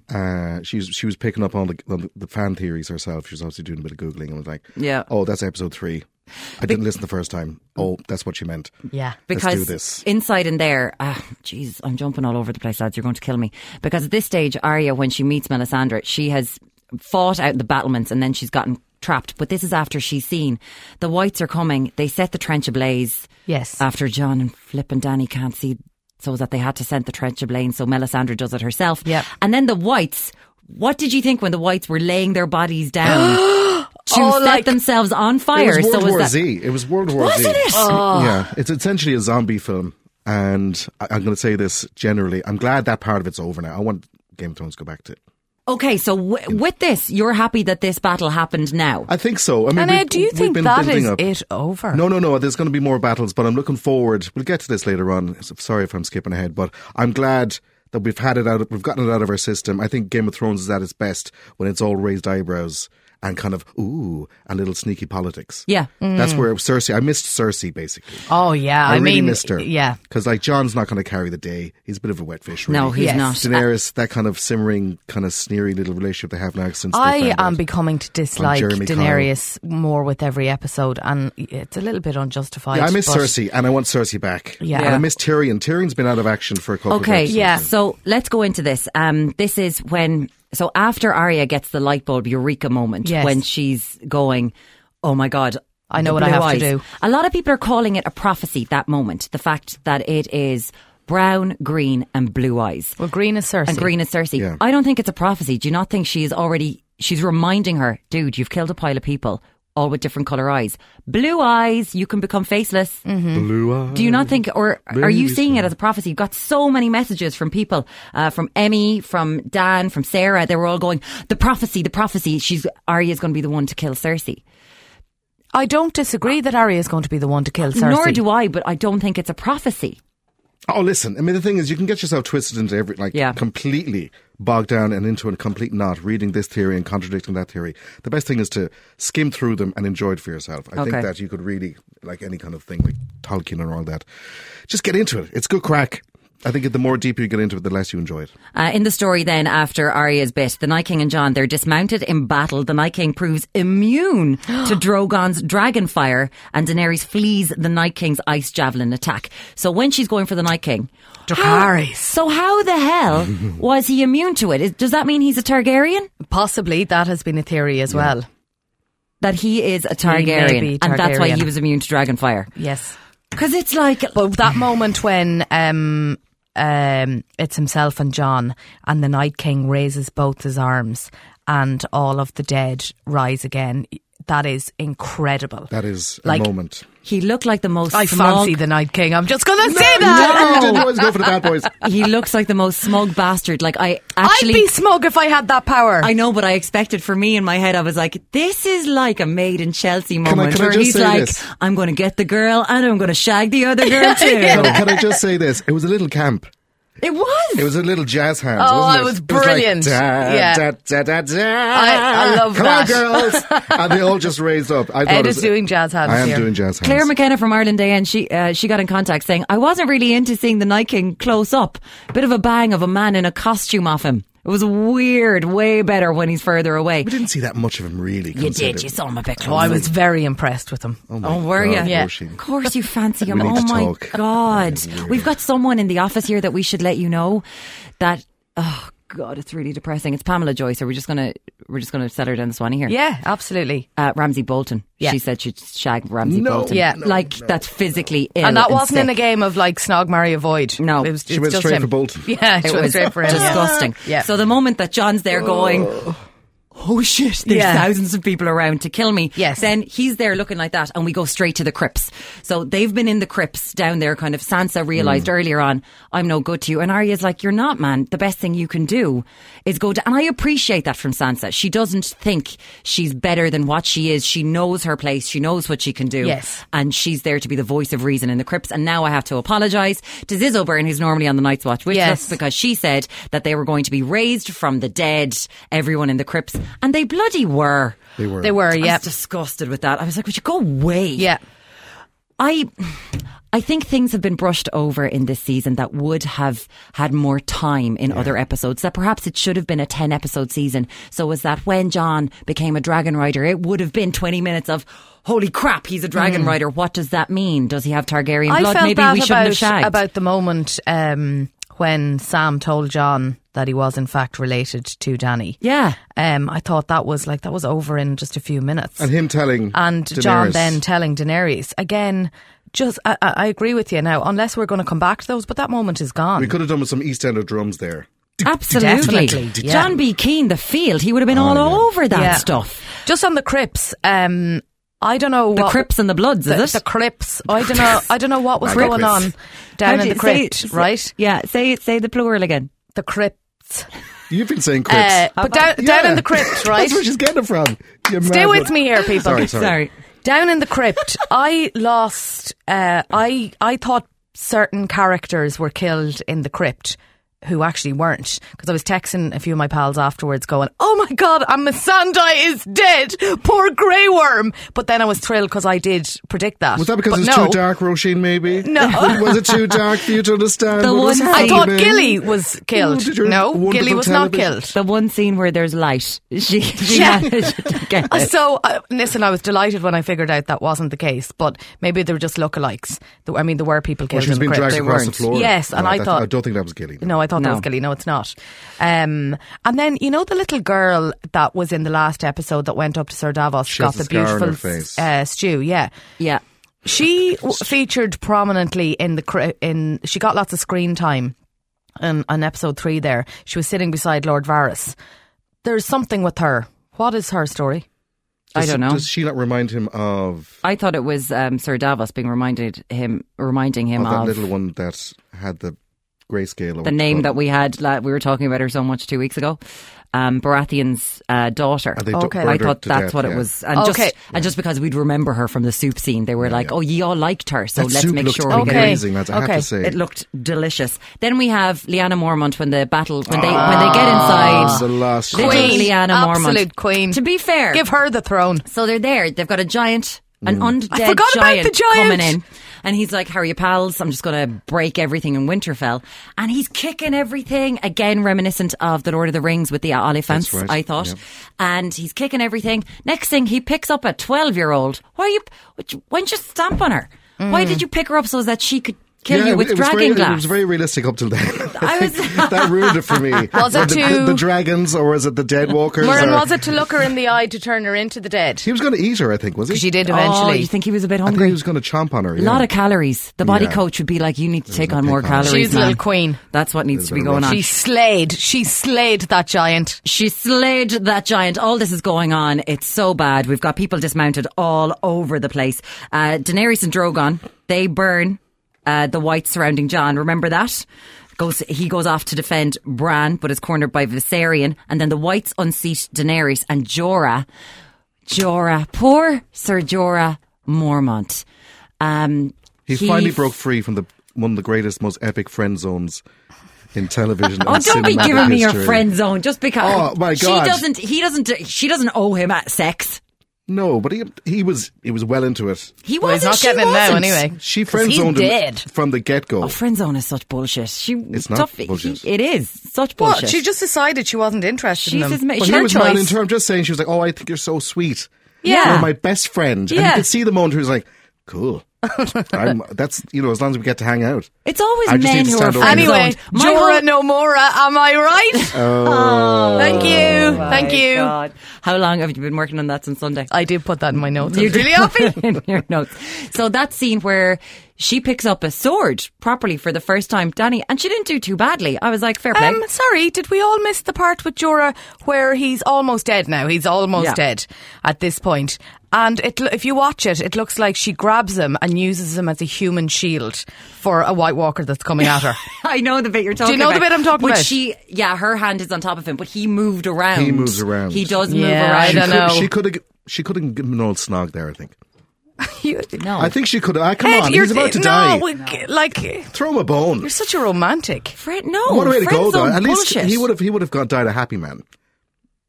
Speaker 5: uh, she was, she was picking up on the, on the- the fan theories herself. She was obviously doing a bit of googling and was like,
Speaker 1: Yeah.
Speaker 5: oh, that's episode three. I didn't listen the first time. Oh, that's what she meant.
Speaker 4: Yeah.
Speaker 5: Let's
Speaker 1: Because
Speaker 5: do this.
Speaker 1: inside in there, ah, jeez, I'm jumping all over the place, lads. You're going to kill me. Because at this stage, Arya, when she meets Melisandre, she has fought out in the battlements and then she's gotten trapped. But this is after she's seen the Whites are coming. They set the trench ablaze.
Speaker 4: Yes.
Speaker 5: Uh,
Speaker 1: after John and Flip and Danny can't see so that they had to scent the Trenchablain. So Melisandre does it herself.
Speaker 4: Yep.
Speaker 1: And then the whites. What did you think when the whites were laying their bodies down to
Speaker 4: Oh,
Speaker 1: set
Speaker 4: like-
Speaker 1: themselves on
Speaker 5: It
Speaker 1: fire?
Speaker 5: was World
Speaker 1: so
Speaker 5: War
Speaker 1: was that
Speaker 5: Z. It was World War Z. Oh.
Speaker 1: Wasn't it?
Speaker 5: Yeah, it's essentially a zombie film, and I- I'm going to say this generally. I'm glad that part of it's over now. I want Game of Thrones to go back to it.
Speaker 1: okay? So w- with this, you're happy that this battle happened now.
Speaker 5: I think so. I mean,
Speaker 4: And
Speaker 5: we-
Speaker 4: uh, do you
Speaker 5: we've
Speaker 4: think
Speaker 5: been
Speaker 4: that
Speaker 5: building
Speaker 4: is
Speaker 5: up.
Speaker 4: it over?
Speaker 5: No, no, no. There's going to be more battles, but I'm looking forward. We'll get to this later on. S- Sorry if I'm skipping ahead, but I'm glad that we've had it out. We've gotten it out of our system. I think Game of Thrones is at its best when it's all raised eyebrows and kind of ooh and little sneaky politics.
Speaker 1: yeah.
Speaker 5: That's where Cersei. I missed Cersei basically.
Speaker 4: Oh yeah, I,
Speaker 5: I, really
Speaker 4: mean,
Speaker 5: missed her.
Speaker 4: yeah.
Speaker 5: because like John's not going to carry the day. He's a bit of a wet fish. Really.
Speaker 1: No, he's
Speaker 4: Yes.
Speaker 1: not. Uh,
Speaker 5: Daenerys, that kind of simmering, kind of sneery little relationship they have now since they
Speaker 4: I
Speaker 5: found
Speaker 4: am
Speaker 5: out.
Speaker 4: becoming to dislike
Speaker 5: Jeremy Kyle.
Speaker 4: Daenerys more with every episode, and it's a little bit unjustified.
Speaker 5: Yeah, I miss
Speaker 4: but-
Speaker 5: Cersei, and I want Cersei back.
Speaker 4: Yeah.
Speaker 5: and I miss Tyrion. Tyrion's been out of action for a couple.
Speaker 1: Okay,
Speaker 5: of episodes
Speaker 4: yeah.
Speaker 5: now.
Speaker 1: So let's go into this. Um, this is when. So after Arya gets the light bulb eureka moment,
Speaker 4: Yes.
Speaker 1: when she's going, "Oh my god."
Speaker 4: I know
Speaker 1: the
Speaker 4: what I
Speaker 1: blue
Speaker 4: have to
Speaker 1: eyes."
Speaker 4: do.
Speaker 1: A lot of people are calling it a prophecy, that moment. The fact that it is brown, green, and blue eyes.
Speaker 4: Well, green is Cersei.
Speaker 1: And green is Cersei.
Speaker 5: Yeah.
Speaker 1: I don't think it's a prophecy. Do you not think she is already, she's reminding her, dude, you've killed a pile of people, all with different colour eyes. Blue eyes, you can become faceless.
Speaker 5: Blue eyes.
Speaker 1: Do you not think, or are you seeing it as a prophecy? You've got so many messages from people, uh, from Emmy, from Dan, from Sarah. They were all going, the prophecy, the prophecy. She's, Arya's going to be the one to kill Cersei.
Speaker 4: I don't disagree that Arya is going to be the one to kill Cersei.
Speaker 1: Nor do I, but I don't think it's a prophecy.
Speaker 5: Oh, listen. I mean, the thing is, you can get yourself twisted into every like
Speaker 1: Yeah.
Speaker 5: completely bogged down and into a complete knot, reading this theory and contradicting that theory. The best thing is to skim through them and enjoy it for yourself. I
Speaker 1: Okay.
Speaker 5: think that you could really like any kind of thing like Tolkien and all that. Just get into it. It's good crack. I think the more deeper you get into it, the less you enjoy it.
Speaker 1: Uh, in the story, then, after Arya's bit, the Night King and John, they're dismounted in battle. The Night King proves immune to Drogon's dragon fire, and Daenerys flees the Night King's ice javelin attack. So when she's going for the Night King.
Speaker 4: Dracarys.
Speaker 1: So how the hell was he immune to it? Is- Does that mean he's a Targaryen?
Speaker 4: Possibly that has been a theory as well.
Speaker 1: That he is a
Speaker 4: may be
Speaker 1: Targaryen, and that's why
Speaker 4: Targaryen.
Speaker 1: he was immune to dragon fire.
Speaker 4: Yes.
Speaker 1: Because it's like.
Speaker 4: But that moment when um, um, it's himself and John and the Night King raises both his arms and all of the dead rise again, that is incredible.
Speaker 5: That is
Speaker 4: Like-
Speaker 5: a moment.
Speaker 1: He looked like the most.
Speaker 4: I
Speaker 1: smug-
Speaker 4: fancy the Night King. I'm just going to say that.
Speaker 5: No, didn't always go for the bad boys.
Speaker 1: He looks like the most smug bastard. Like I
Speaker 4: I'd
Speaker 1: actually
Speaker 4: be smug if I had that power.
Speaker 1: I know, but I expected for me in my head, I was like, this is like a maid in Chelsea
Speaker 5: I-
Speaker 1: moment
Speaker 5: can I
Speaker 1: where
Speaker 5: just
Speaker 1: he's
Speaker 5: say
Speaker 1: like,
Speaker 5: this?
Speaker 1: I'm going to get the girl and I'm going to shag the other girl too.
Speaker 5: So, can I just say this? It was a little camp.
Speaker 1: It was.
Speaker 5: It was a little jazz hands.
Speaker 4: Oh,
Speaker 5: wasn't
Speaker 4: it
Speaker 5: it
Speaker 4: was
Speaker 5: like,
Speaker 4: brilliant.
Speaker 5: da,
Speaker 4: Yeah.
Speaker 5: da, da, da, da.
Speaker 4: I- I love
Speaker 5: Come
Speaker 4: that.
Speaker 5: on, girls! and they all just raised up. I thought
Speaker 4: Ed
Speaker 5: it
Speaker 4: is
Speaker 5: was-
Speaker 4: doing jazz hands
Speaker 5: I am
Speaker 4: here.
Speaker 5: doing jazz hands.
Speaker 1: Claire McKenna from Ireland Day, and she uh, she got in contact saying, I wasn't really into seeing the Night King close up. Bit of a bang of a man in a costume off him. It was weird, way better when he's further away.
Speaker 5: we didn't see that much of him really.
Speaker 1: You did, you saw him a bit
Speaker 4: Oh,
Speaker 1: close.
Speaker 4: I was very impressed with him.
Speaker 1: Oh, were you?
Speaker 4: Yeah.
Speaker 1: Of course you fancy him.
Speaker 5: need
Speaker 1: oh
Speaker 5: to
Speaker 1: my
Speaker 5: talk.
Speaker 1: god. We've got someone in the office here that we should let you know that oh god, it's really depressing. It's Pamela Joyce, so we're just gonna we're just gonna settle her down the swanny here.
Speaker 4: Yeah, absolutely.
Speaker 1: Uh, Ramsey Bolton.
Speaker 4: Yeah.
Speaker 1: She said she'd shag Ramsey
Speaker 5: No,
Speaker 1: Bolton.
Speaker 4: Yeah. no,
Speaker 1: like that's physically ill.
Speaker 4: And that wasn't in a
Speaker 1: sick.
Speaker 4: game of like snog, marry, avoid.
Speaker 1: No.
Speaker 4: it was,
Speaker 5: She
Speaker 4: it's
Speaker 5: went
Speaker 4: just
Speaker 5: straight
Speaker 4: him.
Speaker 5: for Bolton.
Speaker 4: Yeah, she
Speaker 1: It
Speaker 4: went
Speaker 1: was
Speaker 4: straight for him. yeah.
Speaker 1: disgusting.
Speaker 4: Yeah.
Speaker 1: So the moment that John's there going, oh shit, there's
Speaker 4: Yeah.
Speaker 1: thousands of people around to kill me.
Speaker 4: Yes.
Speaker 1: Then he's there looking like that, and we go straight to the crypts. So they've been in the crypts down there, kind of. Sansa realized earlier on, I'm no good to you, and Arya's like, you're not, man. The best thing you can do is go. To, and I appreciate that from Sansa. She doesn't think she's better than what she is. She knows her place. She knows what she can do.
Speaker 4: Yes.
Speaker 1: And she's there to be the voice of reason in the crypts. And now I have to apologize to Ziz Byrne, who's normally on the Night's Watch with
Speaker 4: Yes.
Speaker 1: us, because she said that they were going to be raised from the dead, everyone in the crypts. And they bloody were.
Speaker 5: They were.
Speaker 4: They were,
Speaker 1: I
Speaker 4: yeah.
Speaker 1: was disgusted with that. I was like, would you go away?
Speaker 4: Yeah.
Speaker 1: I I think things have been brushed over in this season that would have had more time in other episodes. That perhaps it should have been a 10 episode season. So was that when John became a dragon rider, it would have been 20 minutes of holy crap, he's a dragon rider. What does that mean? Does he have Targaryen
Speaker 4: Hmm. I
Speaker 1: blood?
Speaker 4: felt
Speaker 1: Maybe
Speaker 4: that
Speaker 1: we shouldn't
Speaker 4: about,
Speaker 1: have shagged.
Speaker 4: about the moment um, when Sam told John that he was in fact related to Danny.
Speaker 1: yeah.
Speaker 4: Um, I thought that was like that was over in just a few minutes.
Speaker 5: and him telling
Speaker 4: And
Speaker 5: Daenerys,
Speaker 4: John then telling Daenerys again. just I, I I agree with you now. Unless we're going to come back to those, but that moment is gone.
Speaker 5: We could have done with some East Ender drums there.
Speaker 1: Absolutely.
Speaker 4: Definitely, yeah. Oh,
Speaker 1: John B. Keane, the field, he would have been all over that
Speaker 4: Yeah.
Speaker 1: stuff.
Speaker 4: Just on the Crips, um, I don't know
Speaker 1: The
Speaker 4: what
Speaker 1: Crips and the Bloods,
Speaker 4: the,
Speaker 1: is
Speaker 4: the
Speaker 1: it?
Speaker 4: Crips. I don't know. I don't know what was
Speaker 5: Like the
Speaker 4: going
Speaker 5: Crips.
Speaker 4: on down
Speaker 1: How do
Speaker 4: in
Speaker 1: you-
Speaker 4: the Crypt,
Speaker 1: say-
Speaker 4: right?
Speaker 1: Yeah, say say the plural again.
Speaker 4: The Crypts,
Speaker 5: You've been saying Crips.
Speaker 4: uh, but down, down in the Crypt, right?
Speaker 5: That's where she's getting it from. You
Speaker 4: Stay
Speaker 5: mad
Speaker 4: with
Speaker 5: one.
Speaker 4: me here, people.
Speaker 5: Sorry, sorry.
Speaker 1: Sorry.
Speaker 4: Down in the Crypt, I lost. Uh, I I thought certain characters were killed in the Crypt. Who actually weren't? Because I was texting a few of my pals afterwards, going, "Oh my god, Amasandai is dead! Poor Grey Worm." But then I was thrilled because I did predict that.
Speaker 5: Was that because
Speaker 4: But
Speaker 5: it's
Speaker 4: no,
Speaker 5: too dark, Roisin, maybe?
Speaker 4: No.
Speaker 5: was it too dark for you to understand?
Speaker 1: The
Speaker 5: what was
Speaker 1: one-
Speaker 4: I thought
Speaker 5: happening?
Speaker 4: Gilly was killed.
Speaker 5: Oh, did your
Speaker 4: no, Gilly
Speaker 5: wonderful
Speaker 4: was
Speaker 5: television.
Speaker 4: not killed.
Speaker 1: The one scene where there's light. She, she
Speaker 4: Yeah.
Speaker 1: managed to get
Speaker 5: Eh.
Speaker 1: it.
Speaker 4: So, uh, listen, I was delighted when I figured out that wasn't the case, but maybe they were just lookalikes. The- I mean, there were people
Speaker 5: Well,
Speaker 4: killed
Speaker 5: she
Speaker 4: in
Speaker 5: was
Speaker 4: the
Speaker 5: being
Speaker 4: crypt.
Speaker 5: dragged
Speaker 1: They
Speaker 5: across the
Speaker 1: weren't.
Speaker 5: floor.
Speaker 4: Yes, and
Speaker 5: No,
Speaker 4: I
Speaker 5: that-
Speaker 4: thought-
Speaker 5: I don't think that was Gilly.
Speaker 4: No, I thought that
Speaker 1: No.
Speaker 4: was Gilly. No, it's not. Um, and then you know the little girl that was in the last episode that went up to Sir Davos
Speaker 5: She
Speaker 4: got
Speaker 5: has
Speaker 4: the
Speaker 5: a scar on
Speaker 4: beautiful
Speaker 5: her face.
Speaker 4: Uh, stew. Yeah,
Speaker 1: Yeah.
Speaker 4: she w- featured prominently in the cri- in. She got lots of screen time in on episode three. There, she was sitting beside Lord Varys. There's something with her. What is her story?
Speaker 1: I don't know.
Speaker 5: Does she not remind him of,
Speaker 1: I thought it was um, Sir Davos being reminded him, reminding
Speaker 5: of
Speaker 4: Oh,
Speaker 1: him
Speaker 5: that
Speaker 1: of,
Speaker 5: little one that had the grayscale? or what
Speaker 1: the
Speaker 5: you
Speaker 1: name
Speaker 5: call
Speaker 1: that
Speaker 5: it?
Speaker 1: we had. la- We were talking about her so much two weeks ago. Um, Baratheon's uh, daughter.
Speaker 5: And they d-
Speaker 4: Okay.
Speaker 5: burned
Speaker 1: I
Speaker 5: her
Speaker 1: thought
Speaker 5: to
Speaker 1: that's
Speaker 5: death,
Speaker 1: what
Speaker 5: yeah.
Speaker 1: it was, and
Speaker 4: Okay.
Speaker 1: just and just because we'd remember her from the soup scene, they were like,
Speaker 5: yeah.
Speaker 1: "Oh, ye all liked her, so
Speaker 5: That
Speaker 1: let's
Speaker 5: soup
Speaker 1: make
Speaker 5: looked
Speaker 1: sure we get
Speaker 4: Okay.
Speaker 1: her."
Speaker 5: amazing, lads, I
Speaker 4: Okay.
Speaker 5: have to say.
Speaker 1: It looked delicious. Then we have Leanna Mormont when the battle when they when
Speaker 4: Ah.
Speaker 1: they get inside.
Speaker 5: the last
Speaker 1: Little
Speaker 5: one.
Speaker 4: Queen.
Speaker 1: Leanna Mormont.
Speaker 4: Absolute queen.
Speaker 1: To be fair,
Speaker 4: Give her the throne.
Speaker 1: so they're there. They've got a giant, an
Speaker 5: Mm.
Speaker 1: undead
Speaker 4: I forgot about
Speaker 1: giant,
Speaker 4: the giant.
Speaker 1: coming in, and he's like, "How are you, pals? I'm just going to break everything in Winterfell." And he's kicking everything again, reminiscent of the Lord of the Rings with the Olyphants.
Speaker 5: That's right,
Speaker 1: I thought,
Speaker 5: yeah.
Speaker 1: and he's kicking everything. Next thing, he picks up a twelve-year-old. Why are you? what you- Why didn't you stamp on her? Why did you pick her up so that she could kill
Speaker 5: Mm. Yeah,
Speaker 1: you
Speaker 5: it-
Speaker 1: with
Speaker 5: it was
Speaker 1: dragon
Speaker 5: very,
Speaker 1: glass?
Speaker 5: It was very realistic up till then.
Speaker 1: I was.
Speaker 5: that ruined it for me.
Speaker 4: Was it
Speaker 5: the,
Speaker 4: too-
Speaker 5: the, the dragons, or was it the dead walkers?
Speaker 4: Murren,
Speaker 5: or-
Speaker 4: was it to look her in the eye to turn her into the dead?
Speaker 5: He was going to eat her, I think, was he?
Speaker 4: She did
Speaker 1: Oh,
Speaker 4: eventually.
Speaker 1: you think he was a bit
Speaker 5: I think
Speaker 1: hungry?
Speaker 5: he was going to chomp on her.
Speaker 1: A
Speaker 5: Yeah.
Speaker 1: lot of calories. The body
Speaker 5: Yeah.
Speaker 1: coach would be like, "You need to take on
Speaker 5: big
Speaker 1: more
Speaker 5: calorie.
Speaker 1: calories."
Speaker 4: She's a
Speaker 1: man.
Speaker 4: little queen.
Speaker 1: That's what needs to be
Speaker 5: bit
Speaker 1: going
Speaker 5: rough.
Speaker 1: on.
Speaker 4: she slayed. She slayed that giant.
Speaker 1: She slayed that giant. All this is going on. It's so bad. We've got people dismounted all over the place. Uh, Daenerys and Drogon, they burn uh, the whites surrounding John. Remember that? Goes, he goes off to defend Bran, but is cornered by Viserion. And then the whites unseat Daenerys and Jorah. Jorah, poor Sir Jorah Mormont. Um,
Speaker 5: He, finally broke free from the one of the greatest, most epic friend zones in television.
Speaker 1: Oh,
Speaker 5: and
Speaker 1: don't be
Speaker 5: cinematic
Speaker 1: giving me your
Speaker 5: history.
Speaker 1: friend zone just because.
Speaker 5: Oh, my God.
Speaker 1: She doesn't. He doesn't. She doesn't owe him at sex.
Speaker 5: No, but he he was he was well into it.
Speaker 1: He
Speaker 4: Well, he's
Speaker 1: wasn't.
Speaker 4: not
Speaker 1: she
Speaker 4: getting it now
Speaker 1: wasn't.
Speaker 4: anyway.
Speaker 5: She friend
Speaker 4: he
Speaker 5: zoned him
Speaker 4: did.
Speaker 5: from the get go.
Speaker 1: Oh, friend zone is such bullshit. She
Speaker 5: It's not
Speaker 1: tough-
Speaker 5: bullshit.
Speaker 1: he- it is such bullshit.
Speaker 4: What? She just decided she wasn't interested
Speaker 1: she's
Speaker 4: in
Speaker 1: his
Speaker 4: them.
Speaker 1: mate.
Speaker 5: but
Speaker 1: She
Speaker 5: he
Speaker 1: had
Speaker 5: was
Speaker 1: choice.
Speaker 5: man in terms. Just saying, she was like, "Oh, I think you're so sweet.
Speaker 1: Yeah.
Speaker 5: you're my best friend." And
Speaker 4: Yeah.
Speaker 5: you could see the moment who was like, "Cool, I'm, that's you know, as long as we get to hang out."
Speaker 1: it's always
Speaker 5: I just
Speaker 1: men
Speaker 5: need to
Speaker 1: who are
Speaker 5: stand over
Speaker 1: friend
Speaker 5: you.
Speaker 4: Anyway,
Speaker 1: zoned. My
Speaker 4: Jorah
Speaker 1: whole-
Speaker 4: Nomura, am I right?
Speaker 5: Oh.
Speaker 4: Thank you.
Speaker 1: Oh
Speaker 4: Thank
Speaker 1: My
Speaker 4: you.
Speaker 1: God. How long have you been working on that since Sunday?
Speaker 4: I did put that in my notes.
Speaker 1: You
Speaker 4: You really
Speaker 1: did.
Speaker 4: happy?
Speaker 1: in your notes. So that scene where she picks up a sword properly for the first time, Danny, and she didn't do too badly. I was like, fair play.
Speaker 4: Um, sorry, did we all miss the part with Jorah where he's almost dead now? He's almost
Speaker 1: Yeah.
Speaker 4: dead at this point. And it, lo- if you watch it, it looks like she grabs him and uses him as a human shield for a White Walker that's coming at her.
Speaker 1: I know the bit you're talking
Speaker 4: you know
Speaker 1: about.
Speaker 4: the bit I'm talking
Speaker 1: But
Speaker 4: about?
Speaker 1: she, yeah, her hand is on top of him, but he moved around.
Speaker 5: He moves around.
Speaker 1: He does
Speaker 4: Yeah, I
Speaker 1: move
Speaker 5: She
Speaker 1: around.
Speaker 4: don't
Speaker 5: could-
Speaker 4: know.
Speaker 5: She could have. She couldn't give him an old snog there. I think.
Speaker 4: You-
Speaker 1: No.
Speaker 5: I think she could. have. come
Speaker 4: Ed,
Speaker 5: on,
Speaker 4: you're-
Speaker 5: he's about to
Speaker 4: no,
Speaker 5: die.
Speaker 4: we- Like, you're
Speaker 5: Throw him a bone.
Speaker 4: such a romantic.
Speaker 1: Fred, no.
Speaker 5: What a way to
Speaker 1: friend
Speaker 5: go, though.
Speaker 1: zone
Speaker 5: At least
Speaker 1: bullshit.
Speaker 5: he would have he would have got died a happy man.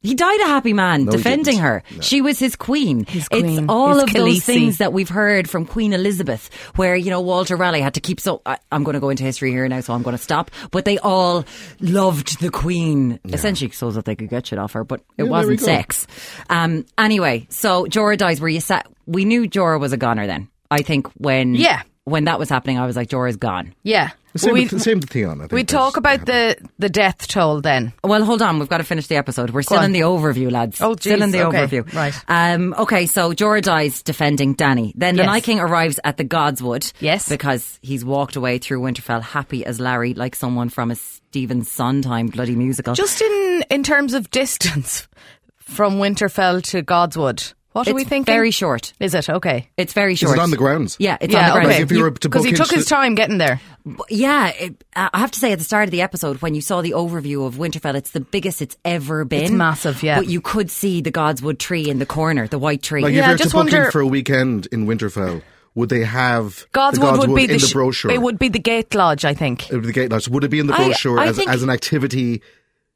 Speaker 1: He died a happy man
Speaker 5: No, he
Speaker 1: defending
Speaker 5: didn't.
Speaker 1: her.
Speaker 5: No.
Speaker 1: She was his queen. It's
Speaker 4: queen.
Speaker 1: all
Speaker 4: His
Speaker 1: of
Speaker 4: Khaleesi.
Speaker 1: those things that we've heard from Queen Elizabeth, where, you know, Walter Raleigh had to keep so. I, I'm going to go into history here now, so I'm going to stop. But they all loved the queen, essentially, so that they could get shit off her, but it
Speaker 5: there
Speaker 1: wasn't
Speaker 5: we go.
Speaker 1: sex. Um, anyway, so Jorah dies where you sat. We knew Jorah was a goner then, I think, when.
Speaker 4: Yeah.
Speaker 1: when that was happening, I was like, Jorah's gone.
Speaker 4: Yeah.
Speaker 5: The same,
Speaker 4: we
Speaker 5: with, same with Theon, I think.
Speaker 4: we
Speaker 5: that's-
Speaker 4: talk about the, the death toll then.
Speaker 1: Well, hold on. We've got to finish the episode. We're still
Speaker 4: on.
Speaker 1: in the overview, lads.
Speaker 4: Oh,
Speaker 1: still in
Speaker 4: jeez,
Speaker 1: the
Speaker 4: okay,
Speaker 1: overview.
Speaker 4: right.
Speaker 1: Um, okay, so Jorah dies defending Danny. Then the
Speaker 4: Yes.
Speaker 1: Night King arrives at the Godswood.
Speaker 4: Yes.
Speaker 1: Because he's walked away through Winterfell happy as Larry, like someone from a Stephen Sondheim bloody musical.
Speaker 4: Just in, in terms of distance from Winterfell to Godswood, what
Speaker 1: it's
Speaker 4: are we thinking?
Speaker 1: very short.
Speaker 4: Is it? Okay.
Speaker 1: It's very
Speaker 5: Is
Speaker 1: short.
Speaker 5: it on the grounds?
Speaker 1: Yeah, it's
Speaker 4: yeah,
Speaker 1: on the ground.
Speaker 4: okay.
Speaker 5: Like if you were to
Speaker 4: Because he
Speaker 5: book
Speaker 4: took
Speaker 5: into
Speaker 4: his
Speaker 5: the-
Speaker 4: time getting there.
Speaker 1: But yeah, it, uh, I have to say at the start of the episode when you saw the overview of Winterfell, it's the biggest it's ever been.
Speaker 4: It's massive, yeah.
Speaker 1: But you could see the Godswood tree in the corner, the white tree.
Speaker 5: Like
Speaker 4: Yeah, I
Speaker 5: if you're
Speaker 4: just
Speaker 5: to book
Speaker 4: wonder-
Speaker 5: in for a weekend in Winterfell, would they have the
Speaker 4: Godswood would be
Speaker 5: in the,
Speaker 4: sh-
Speaker 5: brochure?
Speaker 4: It would be the gate lodge, I think.
Speaker 5: It would be the gate lights. Would it be in the
Speaker 1: I-
Speaker 5: brochure
Speaker 1: I
Speaker 5: as,
Speaker 1: think-
Speaker 5: as an activity?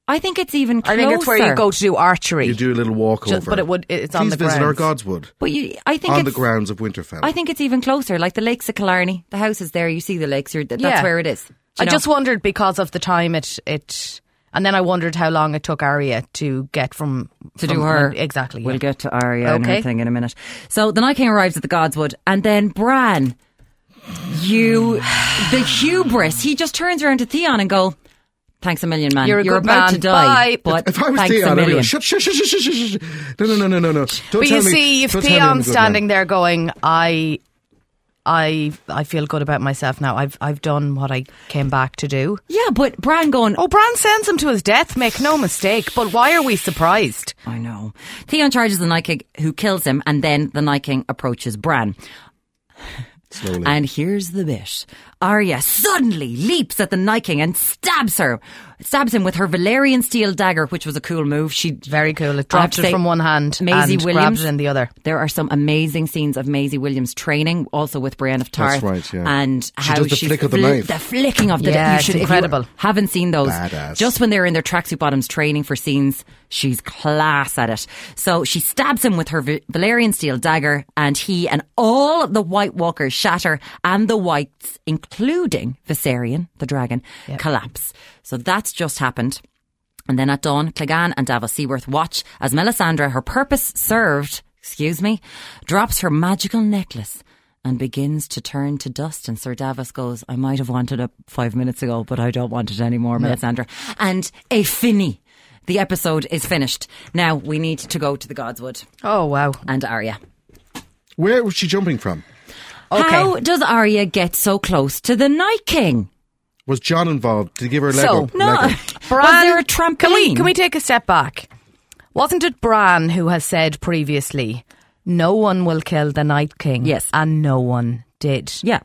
Speaker 1: I think it's even
Speaker 4: I
Speaker 1: closer.
Speaker 4: think it's where you go to do archery.
Speaker 5: You do a little walk
Speaker 4: Just-
Speaker 5: over.
Speaker 4: but it would- it's
Speaker 5: Please
Speaker 4: on the
Speaker 5: visit our
Speaker 4: grounds.
Speaker 5: Godswood
Speaker 1: But you, I think
Speaker 5: on
Speaker 1: it's,
Speaker 5: the grounds of Winterfell.
Speaker 1: I think it's even closer. Like the lakes of Killarney, the house is there. You see the lakes. You're, that's
Speaker 4: Yeah.
Speaker 1: where it is. Do you
Speaker 4: I
Speaker 1: know?
Speaker 4: just wondered because of the time it it, and then I wondered how long it took Aria to get from
Speaker 1: to
Speaker 4: from
Speaker 1: do her
Speaker 4: exactly. yeah.
Speaker 1: We'll get to Arya and her
Speaker 4: Okay.
Speaker 1: thing in a minute. So the Night King arrives at the Godswood, and then Bran, you, the hubris. He just turns around to Theon and go, "Thanks a million, man.
Speaker 4: You're a good
Speaker 1: about
Speaker 4: man.
Speaker 1: to die,
Speaker 4: Bye."
Speaker 1: but
Speaker 5: If I was
Speaker 1: thanks a
Speaker 5: Theon, I'd be
Speaker 1: million.
Speaker 5: like, shut, shut, shut, shut, shut, shut, shut. No, no, no, no, no, no. Don't
Speaker 4: But
Speaker 5: tell
Speaker 4: you
Speaker 5: me-
Speaker 4: see, if
Speaker 5: don't tell me I'm a
Speaker 4: Theon's
Speaker 5: good
Speaker 4: standing
Speaker 5: man.
Speaker 4: there going, I, I, I feel good about myself now. I've I've done what I came back to do.
Speaker 1: yeah, but Bran going,
Speaker 4: Oh, Bran sends him to his death. Make no mistake. But why are we surprised?
Speaker 1: I know. Theon charges the Night King, who kills him, and then the Night King approaches Bran.
Speaker 5: Slowly.
Speaker 1: And here's the bit. Arya suddenly leaps at the Night King and stabs her, stabs him with her Valerian steel dagger, which was a cool move. She
Speaker 4: Very cool. It
Speaker 1: I have
Speaker 4: dropped
Speaker 1: to
Speaker 4: it
Speaker 1: say,
Speaker 4: from one hand
Speaker 1: Maisie
Speaker 4: and
Speaker 1: Williams
Speaker 4: grabbed it in the other.
Speaker 1: There are some amazing scenes of Maisie Williams training, also with Brienne of Tarth.
Speaker 5: That's right, yeah.
Speaker 1: And how
Speaker 5: does the
Speaker 1: she's
Speaker 5: flick of the
Speaker 1: fli-
Speaker 5: knife.
Speaker 1: The flicking of the
Speaker 4: Yeah,
Speaker 1: knife.
Speaker 4: it's
Speaker 1: You should, if you
Speaker 4: incredible.
Speaker 1: haven't seen those.
Speaker 5: Badass.
Speaker 1: Just when they're in their tracksuit bottoms training for scenes, she's class at it. So she stabs him with her Va- Valerian steel dagger, and he and all of the White Walkers shatter, and the Whites, including Viserion, the dragon, collapse. So that's just happened. And then at dawn, Clegane and Davos Seaworth watch as Melisandre, her purpose served, excuse me, drops her magical necklace and begins to turn to dust. And Sir Davos goes, I might have wanted it five minutes ago, but I don't want it anymore, Melisandre. And a fini. The episode is finished. Now we need to go to the Godswood
Speaker 4: Oh wow.
Speaker 1: and Arya.
Speaker 5: Where was she jumping from?
Speaker 4: Okay.
Speaker 1: How does Arya get so close to the Night King?
Speaker 5: Was John involved? Did he give her a leg
Speaker 4: So,
Speaker 5: up?
Speaker 1: No.
Speaker 5: Leg up?
Speaker 1: Was there a trampoline?
Speaker 4: Can we can we take a step back? Wasn't it Bran who has said previously, "No one will kill the Night King"?
Speaker 1: Yes.
Speaker 4: and no one did.
Speaker 1: Yeah.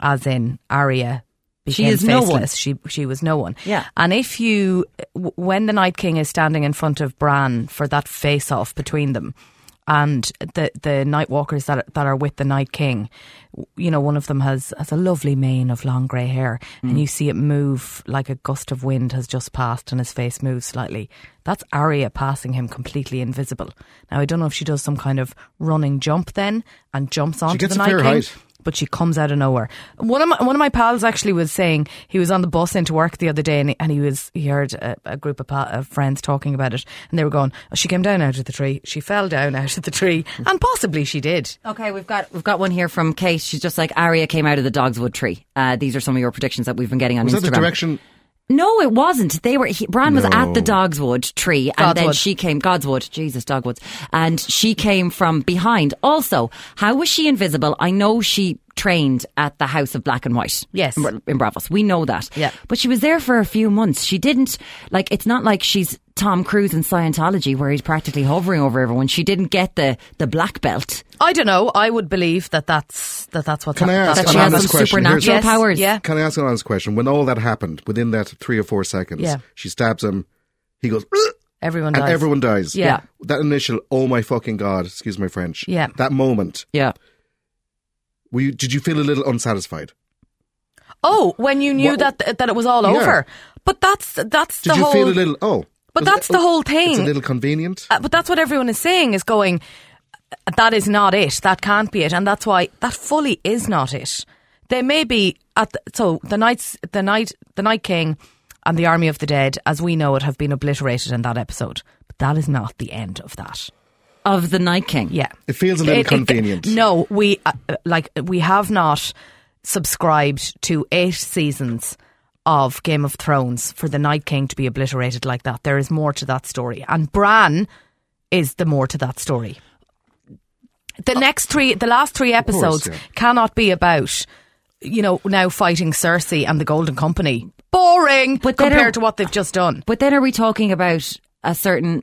Speaker 4: as in Arya.
Speaker 1: She
Speaker 4: became
Speaker 1: is no one.
Speaker 4: faceless. She she was no one.
Speaker 1: Yeah.
Speaker 4: And if you, w- when the Night King is standing in front of Bran for that face off between them, and the the Night Walkers that that are with the Night King, w- you know, one of them has has a lovely mane of long grey hair,
Speaker 1: Mm.
Speaker 4: and you see it move like a gust of wind has just passed, and his face moves slightly. That's Arya passing him completely invisible. Now I don't know if she does some kind of running jump then and jumps onto
Speaker 5: gets
Speaker 4: the
Speaker 5: a
Speaker 4: Night
Speaker 5: fair
Speaker 4: King
Speaker 5: height.
Speaker 4: but she comes out of nowhere. One of my, one of my pals actually was saying he was on the bus into work the other day, and he, and he was he heard a, a group of, pa- of friends talking about it, and they were going, oh, "She came down out of the tree. She fell down out of the tree, and possibly she did."
Speaker 1: Okay, we've got we've got one here from Kate. She's just like Aria came out of the Dogswood tree. Uh, these are some of your predictions that we've been getting on
Speaker 5: Was
Speaker 1: Instagram.
Speaker 5: that the direction?
Speaker 1: No, it wasn't. They were he, Bran was at the Dogswood tree, and then
Speaker 4: Godswood.
Speaker 1: she came Godswood. Jesus, Dogwoods, and she came from behind. Also, how was she invisible? I know she trained at the House of Black and White.
Speaker 4: Yes.
Speaker 1: in, Bra- in Bravos, we know that.
Speaker 4: Yeah.
Speaker 1: but she was there for a few months. She didn't like. It's not like she's Tom Cruise in Scientology, where he's practically hovering over everyone. She didn't get the the black belt.
Speaker 4: I don't know. I would believe that that's that that's what's
Speaker 5: Can I
Speaker 4: happened.
Speaker 5: ask
Speaker 4: That
Speaker 1: That
Speaker 5: an
Speaker 1: she has
Speaker 5: honest
Speaker 1: some
Speaker 5: question? Here's-
Speaker 1: supernatural
Speaker 4: Yes,
Speaker 1: powers.
Speaker 4: yeah.
Speaker 5: Can I ask an honest question? When all that happened, within that three or four seconds,
Speaker 4: Yeah.
Speaker 5: she stabs him. He goes, "Ugh,"
Speaker 4: everyone
Speaker 5: and
Speaker 4: dies.
Speaker 5: everyone dies.
Speaker 4: Yeah.
Speaker 5: That initial, oh my fucking god, excuse my French.
Speaker 4: Yeah.
Speaker 5: That moment,
Speaker 1: Yeah.
Speaker 5: were you, did you feel a little unsatisfied?
Speaker 4: Oh, when you knew
Speaker 5: What-
Speaker 4: that that it was all
Speaker 5: Yeah.
Speaker 4: over. But that's that's
Speaker 5: Did
Speaker 4: the
Speaker 5: you
Speaker 4: whole.
Speaker 5: feel a little, oh.
Speaker 4: But
Speaker 5: was it-
Speaker 4: that's the
Speaker 5: oh,
Speaker 4: whole
Speaker 5: It's a
Speaker 4: thing.
Speaker 5: little convenient.
Speaker 4: Uh, but that's what everyone is saying is going "Uh, that is not it that can't be it and that's why that fully is not it they may be at the, so the knights the knight the night king and the army of the dead as we know it have been obliterated in that episode but that is not the end of that
Speaker 1: Of the Night King.
Speaker 4: yeah
Speaker 5: It feels a little convenient.
Speaker 4: no we uh, uh, like we have not subscribed to eight seasons of Game of Thrones for the Night King to be obliterated like that. There is more to that story. And Bran is the more to that story. The next three, the last three
Speaker 5: Uh, course,
Speaker 4: episodes
Speaker 5: yeah.
Speaker 4: cannot be about, you know, now fighting Cersei and the Golden Company. Boring
Speaker 1: But they don't-
Speaker 4: compared to what they've just done.
Speaker 1: But then are we talking about a certain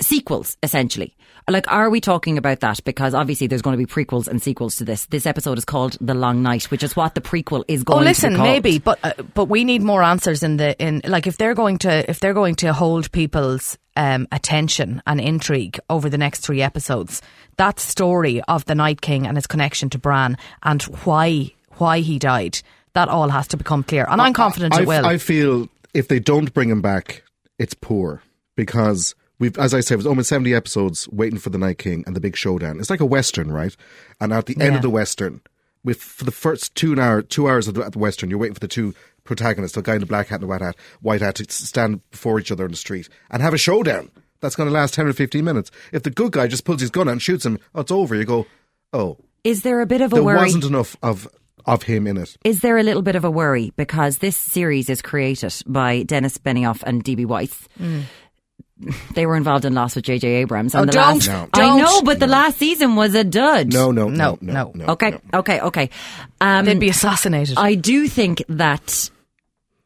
Speaker 1: sequels essentially? Like, are we talking about that? Because obviously, there's going to be prequels and sequels to this. This episode is called "The Long Night," which is what the prequel is
Speaker 4: Oh,
Speaker 1: going.
Speaker 4: listen,
Speaker 1: to be called.
Speaker 4: maybe, but uh, but we need more answers in the in like if they're going to if they're going to hold people's um, attention and intrigue over the next three episodes. That story of the Night King and his connection to Bran and why why he died. That all has to become clear, and I'm confident
Speaker 5: I,
Speaker 4: it will.
Speaker 5: I feel if they don't bring him back, it's poor because we've, as I said, it was almost seventy episodes waiting for the Night King and the big showdown. It's like a western, right? And at the end
Speaker 4: Yeah.
Speaker 5: of the western, with for the first two an hour, two hours of the, at the western, you're waiting for the two protagonists, the guy in the black hat and the white hat, white hat, to s- stand before each other in the street and have a showdown. That's going to last ten or fifteen minutes. If the good guy just pulls his gun out and shoots him, oh, it's over. You go, oh,
Speaker 1: is there a bit of a
Speaker 5: there
Speaker 1: worry?
Speaker 5: wasn't enough of of him in it.
Speaker 1: is there a little bit of a worry because this series is created by Dennis Benioff and DB Weiss? They were involved in Lost with JJ Abrams. And
Speaker 4: Mm. Oh,
Speaker 1: the
Speaker 4: don't.
Speaker 1: last,
Speaker 4: No.
Speaker 1: I know,
Speaker 4: Don't.
Speaker 1: but the last season was a dud.
Speaker 5: No, no,
Speaker 4: No,
Speaker 5: no, no,
Speaker 4: no.
Speaker 5: no.
Speaker 1: Okay,
Speaker 5: no.
Speaker 1: okay, okay. Um,
Speaker 4: They'd be assassinated. I,
Speaker 1: I do think that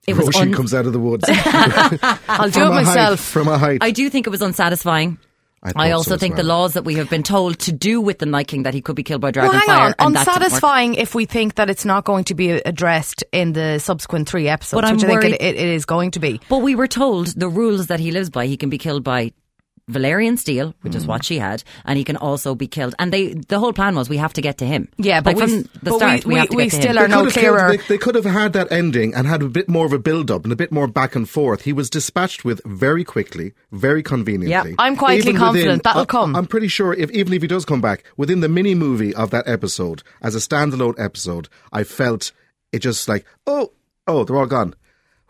Speaker 1: it was
Speaker 5: Roshan
Speaker 1: un-
Speaker 5: comes out of the woods.
Speaker 4: will do
Speaker 5: from
Speaker 4: it
Speaker 5: a height-
Speaker 4: myself.
Speaker 5: from a height.
Speaker 1: I do think it was unsatisfying.
Speaker 5: thought
Speaker 1: I
Speaker 5: so
Speaker 1: also
Speaker 5: as
Speaker 1: think the
Speaker 5: well.
Speaker 1: laws that we have been told to do with the Night King that he could be killed by
Speaker 4: Well,
Speaker 1: dragonfire.
Speaker 4: hang on.
Speaker 1: and that didn't work.
Speaker 4: Unsatisfying if we think that it's not going to be addressed in the subsequent three episodes,
Speaker 1: But I'm
Speaker 4: which I think
Speaker 1: worried-
Speaker 4: it, it, it is going to be.
Speaker 1: But we were told the rules that he lives by. He can be killed by Valerian steel, which
Speaker 5: Mm.
Speaker 1: is what she had, and he can also be killed. And they, the whole plan was we have to get to him.
Speaker 4: Yeah,
Speaker 1: Like,
Speaker 4: but we-
Speaker 1: from the
Speaker 4: but we-
Speaker 1: start, we,
Speaker 4: we-
Speaker 1: have to
Speaker 4: we
Speaker 1: get to
Speaker 4: still
Speaker 1: him.
Speaker 4: are- no
Speaker 5: could have killed-
Speaker 4: clearer.
Speaker 5: they, they could have had that ending and had a bit more of a build up and a bit more back and forth. He was dispatched with very quickly, very conveniently.
Speaker 1: Yeah,
Speaker 4: I'm quietly
Speaker 5: Even
Speaker 4: confident that'll
Speaker 5: I-
Speaker 4: come.
Speaker 5: I'm pretty sure if even if he does come back within the mini movie of that episode as a standalone episode, I felt it just like oh oh they're all gone.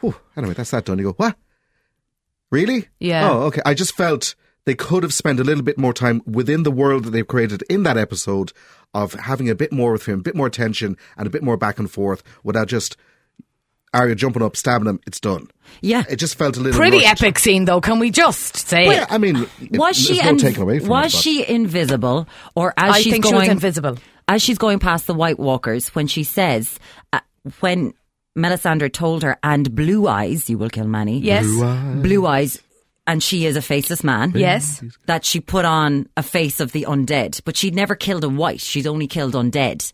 Speaker 5: Whew, anyway, that's that done. You go what? Really?
Speaker 4: Yeah.
Speaker 5: Oh, okay. I just felt they could have spent a little bit more time within the world that they've created in that episode of having a bit more with him, a bit more tension, and a bit more back and forth without just Arya jumping up, stabbing him. It's done.
Speaker 1: Yeah.
Speaker 5: It just felt a little
Speaker 4: Pretty
Speaker 5: rushed.
Speaker 4: epic scene, though. Can we just say
Speaker 5: Well,
Speaker 4: it?
Speaker 5: yeah, I mean, it-
Speaker 1: Was she
Speaker 5: there's no
Speaker 1: inv-
Speaker 5: taking away from
Speaker 1: was
Speaker 5: it, but-
Speaker 1: she invisible, or as
Speaker 4: I
Speaker 1: she's
Speaker 4: think she
Speaker 1: going
Speaker 4: was invisible.
Speaker 1: as she's going past the White Walkers when she says uh, when Melisandre told her and Blue Eyes, you will kill Manny.
Speaker 4: Yes. Blue
Speaker 1: Blue Eyes, and she is a faceless man.
Speaker 4: Yes.
Speaker 1: that she put on a face of the undead, but she'd never killed a white. She'd only killed undead.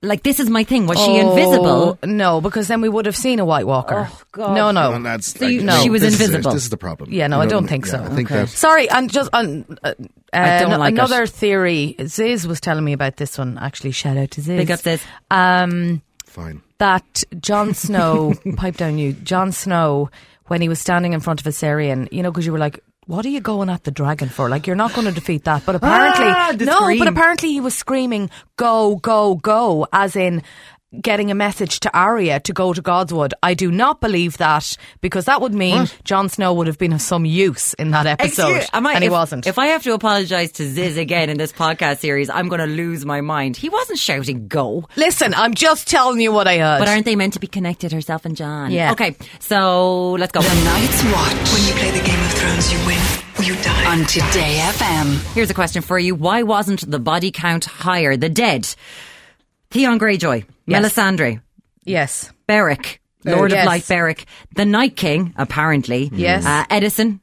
Speaker 1: Like this is my thing. Was she invisible?
Speaker 4: Oh, no, because then we would have seen a White Walker. Oh, God. No, no.
Speaker 5: And that's
Speaker 1: So you-
Speaker 5: like-
Speaker 1: No. she was
Speaker 5: this is it.
Speaker 1: invisible.
Speaker 5: this is the problem.
Speaker 4: Yeah, no,
Speaker 5: You
Speaker 4: I
Speaker 5: know
Speaker 4: don't
Speaker 5: what
Speaker 4: think so.
Speaker 5: Yeah, I think
Speaker 1: Okay.
Speaker 5: that
Speaker 4: Sorry, and just on uh,
Speaker 1: I don't
Speaker 4: uh,
Speaker 1: like it.
Speaker 4: another theory. Ziz was telling me about this one. Actually, shout out to Ziz.
Speaker 1: Big up this.
Speaker 4: Um,
Speaker 5: fine.
Speaker 4: that Jon Snow, pipe down you, Jon Snow, when he was standing in front of Assyrian, you know, because you were like, what are you going at the dragon for? Like, you're not going to defeat that. But apparently,
Speaker 1: Ah, the
Speaker 4: no,
Speaker 1: scream.
Speaker 4: but apparently he was screaming, go, go, go, as in getting a message to Arya to go to Godswood. I do not believe that because that would mean Jon Snow would have been of some use in that episode.
Speaker 1: Excuse- am I-
Speaker 4: and he
Speaker 1: if-
Speaker 4: wasn't.
Speaker 1: If I have to apologize to Ziz again in this podcast series, I'm going to lose my mind. He wasn't shouting go,
Speaker 4: Listen, I'm just telling you what I heard.
Speaker 1: but aren't they meant to be connected? Herself and John.
Speaker 4: Yeah.
Speaker 1: Okay, so let's go.
Speaker 2: The Night's Watch
Speaker 6: When you play the Game of Thrones, you win or you die.
Speaker 2: on Today FM.
Speaker 1: Here's a question for you: Why wasn't the body count higher? The dead, Theon Greyjoy,
Speaker 4: Yes.
Speaker 1: Melisandre,
Speaker 4: yes.
Speaker 1: Beric, Lord
Speaker 4: yes.
Speaker 1: of Light Beric, the Night King, apparently.
Speaker 4: Yes.
Speaker 1: Uh, Edison,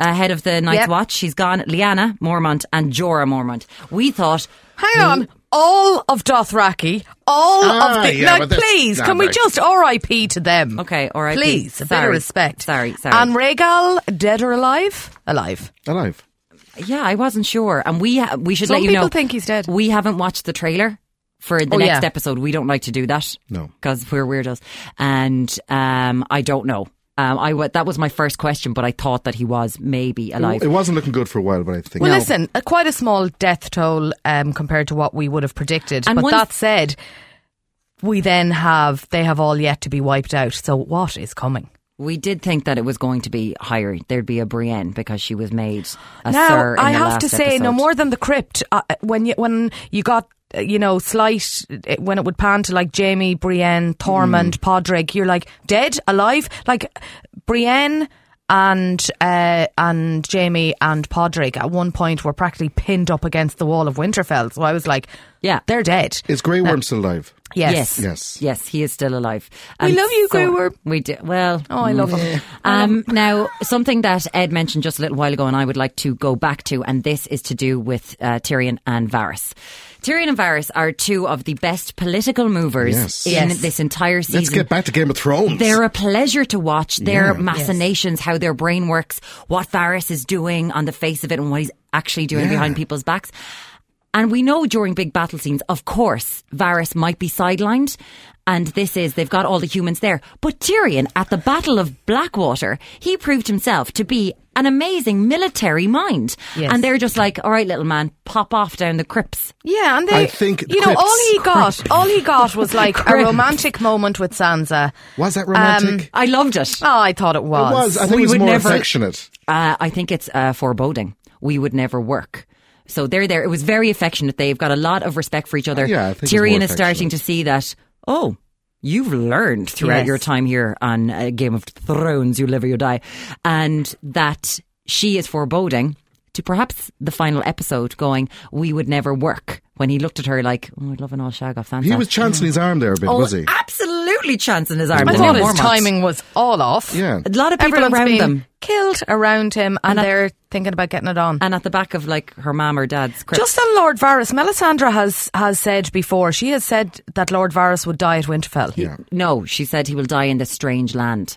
Speaker 1: uh, head of the Night's
Speaker 4: Yep.
Speaker 1: Watch, she's gone. Liana Mormont and Jorah Mormont. We thought.
Speaker 4: Hang
Speaker 1: Mm.
Speaker 4: on. All of Dothraki, all
Speaker 5: Ah,
Speaker 4: of the.
Speaker 5: yeah,
Speaker 4: now,
Speaker 5: but that's-
Speaker 4: please,
Speaker 5: nah,
Speaker 4: can we
Speaker 5: right.
Speaker 4: just RIP to them?
Speaker 1: Okay, RIP.
Speaker 4: Please, a bit
Speaker 1: Sorry.
Speaker 4: of respect.
Speaker 1: Sorry, sorry.
Speaker 4: And Regal, dead or alive? Alive.
Speaker 5: Alive.
Speaker 1: Yeah, I wasn't sure, and we ha- we should
Speaker 4: Some
Speaker 1: let you know.
Speaker 4: people think he's dead.
Speaker 1: We haven't watched the trailer for the
Speaker 4: Oh,
Speaker 1: next
Speaker 4: yeah.
Speaker 1: episode. We don't like to do that.
Speaker 5: No.
Speaker 1: because we're weirdos, and um, I don't know. Um, I w- that was my first question, but I thought that he was maybe alive.
Speaker 5: It wasn't looking good for a while, but I think
Speaker 4: Well, listen, a, quite a small death toll um, compared to what we would have predicted.
Speaker 1: And
Speaker 4: but
Speaker 1: one-
Speaker 4: that said, we then have, they have all yet to be wiped out. So what is coming?
Speaker 1: We did think that it was going to be higher. There'd be a Brienne because she was made a sir.
Speaker 4: now
Speaker 1: In
Speaker 4: I
Speaker 1: the
Speaker 4: have
Speaker 1: last
Speaker 4: to say, no
Speaker 1: episode.
Speaker 4: more than the crypt. Uh, when you when you got uh, you know slight uh, when it would pan to like Jamie, Brienne,
Speaker 1: Mm.
Speaker 4: Tormund, Podrick, you're like dead, alive, like Brienne. And uh, and Jamie and Podrick at one point were practically pinned up against the wall of Winterfell. So I was like,
Speaker 1: Yeah.
Speaker 4: they're dead.
Speaker 5: Is Grey Worm still alive?
Speaker 1: Yes.
Speaker 4: Yes,
Speaker 5: Yes.
Speaker 1: Yes, he is still alive.
Speaker 4: We love you, Grey Worm.
Speaker 1: We do. Well.
Speaker 4: Oh, I love
Speaker 1: mm.
Speaker 4: him.
Speaker 1: Um, now, something that Ed mentioned just a little while ago, and I would like to go back to, and this is to do with uh, Tyrion and Varys. Tyrion and Varys are two of the best political movers
Speaker 5: Yes.
Speaker 1: in
Speaker 4: Yes.
Speaker 1: this entire season.
Speaker 5: Let's get back to Game of Thrones.
Speaker 1: They're a pleasure to watch their machinations, how their brain works, what Varys is doing on the face of it, and what he's actually doing
Speaker 5: Yeah.
Speaker 1: behind people's backs. And we know during big battle scenes, of course, Varys might be sidelined. And this is, they've got all the humans there. But Tyrion, at the Battle of Blackwater, he proved himself to be an amazing military mind.
Speaker 4: Yes.
Speaker 1: And they're just like, all right, little man, pop off down the crypts.
Speaker 4: Yeah, and they,
Speaker 5: I think
Speaker 4: you know,
Speaker 5: Crips.
Speaker 4: all he got, all he got was like a romantic moment with Sansa.
Speaker 5: was that romantic?
Speaker 1: I loved it.
Speaker 4: Oh, I thought it was.
Speaker 5: it was. I think
Speaker 1: we
Speaker 5: it was
Speaker 1: would
Speaker 5: more
Speaker 1: never-
Speaker 5: affectionate.
Speaker 1: Uh, I think it's uh, foreboding. We would never work. So they're there. It was very affectionate. They've got a lot of respect for each other.
Speaker 5: Yeah, I think it's
Speaker 1: Tyrion
Speaker 5: more
Speaker 1: is starting
Speaker 5: affectionate.
Speaker 1: to see that. Oh, you've learned throughout
Speaker 4: Yes.
Speaker 1: your time here on uh, Game of Thrones. You live or you die, and that she is foreboding to perhaps the final episode. Going, we would never work. When he looked at her like, oh, I'd love an all shag off Sansa.
Speaker 5: He was chancing his arm there a bit,
Speaker 1: oh,
Speaker 5: was he?
Speaker 1: absolutely chancing his arm.
Speaker 4: I
Speaker 1: There's
Speaker 4: thought
Speaker 1: no
Speaker 4: his
Speaker 1: warm-ups.
Speaker 4: timing was all off.
Speaker 5: Yeah.
Speaker 1: A lot of people
Speaker 4: Everyone's
Speaker 1: around
Speaker 4: been
Speaker 1: them,
Speaker 4: killed around him, and, they're thinking about getting it on.
Speaker 1: and at the back of like her mom or dad's. Crypt.
Speaker 4: Just on Lord Varys, Melisandre has has said before. She has said that Lord Varys would die at Winterfell,
Speaker 5: Yeah.
Speaker 1: No, she said he will die in this strange land.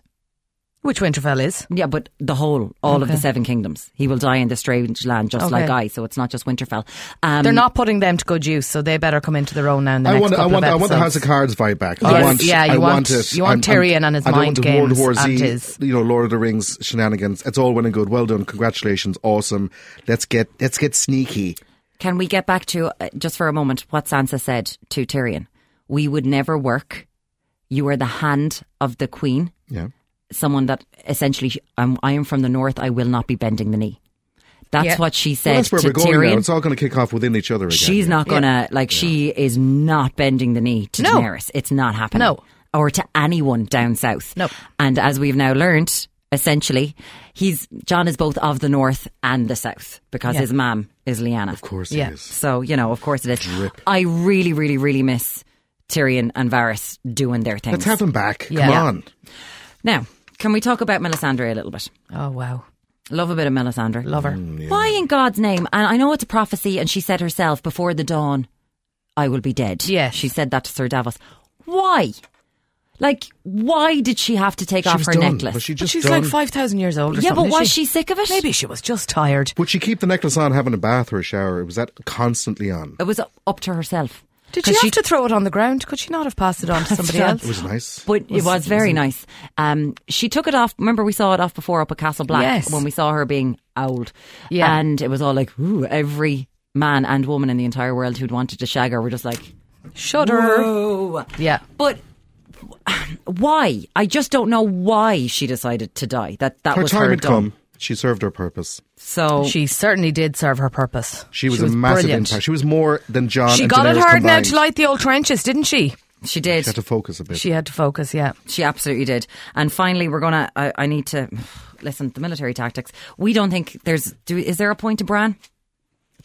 Speaker 4: which Winterfell is.
Speaker 1: Yeah, but the whole, all of the seven kingdoms. He will die in this strange land, just
Speaker 4: Okay.
Speaker 1: like I. So it's not just Winterfell. Um,
Speaker 4: They're not putting them to good use, so they better come into their own now. In the
Speaker 5: Mm. I
Speaker 4: next
Speaker 5: want, I
Speaker 4: couple
Speaker 5: want,
Speaker 4: of
Speaker 5: I want the House
Speaker 4: episodes.
Speaker 5: of Cards vibe back. I
Speaker 4: Yes.
Speaker 5: want,
Speaker 4: Yeah, you
Speaker 5: I
Speaker 4: want-
Speaker 5: want, it.
Speaker 4: you want
Speaker 5: I'm- I'm-
Speaker 4: Tyrion and his
Speaker 5: I don't
Speaker 4: mind
Speaker 5: want the World
Speaker 4: games
Speaker 5: War
Speaker 4: and
Speaker 5: Z,
Speaker 4: his-
Speaker 5: you know, Lord of the Rings shenanigans. It's all well and good. Well done. Congratulations. Awesome. Let's get, let's get sneaky.
Speaker 1: Can we get back to, uh, just for a moment, what Sansa said to Tyrion? We would never work. You are the hand of the queen.
Speaker 5: Yeah.
Speaker 1: Someone that essentially, um, I am from the north. I will not be bending the knee. That's
Speaker 4: Yeah.
Speaker 1: what she
Speaker 5: Well,
Speaker 1: said
Speaker 5: that's where
Speaker 1: to
Speaker 5: we're going
Speaker 1: Tyrion.
Speaker 5: now. It's all going to kick off within each other again.
Speaker 1: She's
Speaker 5: yeah.
Speaker 1: not gonna like. She is not bending the knee to
Speaker 4: No.
Speaker 1: Daenerys. It's not happening.
Speaker 4: No.
Speaker 1: or to anyone down south.
Speaker 4: No.
Speaker 1: And as we've now learned, essentially, he's John is both of the north and the south because
Speaker 4: Yeah.
Speaker 1: his mom is Lyanna. Of
Speaker 5: Of course
Speaker 4: Yeah.
Speaker 5: it is.
Speaker 1: So you know, of course it is. I really, really, really miss Tyrion and Varys doing their things.
Speaker 5: Let's have him back.
Speaker 4: Yeah.
Speaker 5: Come
Speaker 4: Yeah.
Speaker 5: on.
Speaker 1: now, can we talk about Melisandre a little bit?
Speaker 4: Oh wow,
Speaker 1: Love a bit of Melisandre.
Speaker 4: love her.
Speaker 5: Mm,
Speaker 1: Why in God's name? And I know it's a prophecy, and she said herself before the dawn, I will be dead.
Speaker 4: Yes.
Speaker 1: She said that to Sir Davos. Why? Like, why did she have to take
Speaker 5: She
Speaker 1: off
Speaker 5: was
Speaker 1: her
Speaker 5: done.
Speaker 1: necklace?
Speaker 5: Was she
Speaker 4: But
Speaker 5: just
Speaker 4: she's
Speaker 5: done?
Speaker 4: like five thousand years old. Or
Speaker 1: yeah,
Speaker 4: something,
Speaker 1: but
Speaker 4: is
Speaker 1: was
Speaker 4: she?
Speaker 1: she? sick of it?
Speaker 4: Maybe she was just tired.
Speaker 5: Would she keep the necklace on having a bath or a shower? Was that constantly on?
Speaker 1: It was up to herself.
Speaker 4: Did
Speaker 1: 'Cause
Speaker 4: she have to throw it on the ground? Could she not have passed it on to somebody
Speaker 1: it on.
Speaker 4: else?
Speaker 5: It was nice.
Speaker 1: But it was very nice. Um, she took it off. Remember, we saw it off before up at Castle Black
Speaker 4: Yes.
Speaker 1: when we saw her being owled.
Speaker 4: Yeah.
Speaker 1: And it was all like, ooh, every man and woman in the entire world who'd wanted to shag her were just like,
Speaker 4: Shudder.
Speaker 1: oh.
Speaker 4: Yeah.
Speaker 1: But why? I just don't know why she decided to die. That that
Speaker 5: Her
Speaker 1: was
Speaker 5: time
Speaker 1: her
Speaker 5: had
Speaker 1: done.
Speaker 5: come. She served her purpose.
Speaker 1: So
Speaker 4: She certainly did serve her purpose.
Speaker 5: Oh. She was, a massive
Speaker 4: brilliant.
Speaker 5: impact. She was more than John.
Speaker 4: She
Speaker 5: and
Speaker 4: got it
Speaker 5: Daenerys
Speaker 4: hard now
Speaker 5: combined.
Speaker 4: to light the old trenches, didn't she?
Speaker 1: she
Speaker 5: She had
Speaker 1: did.
Speaker 5: to focus a bit.
Speaker 4: She had to focus, yeah.
Speaker 1: She absolutely did. And finally, we're gonna. I, I need to listen. The military tactics. We don't think there's. Do, is there a point to Bran?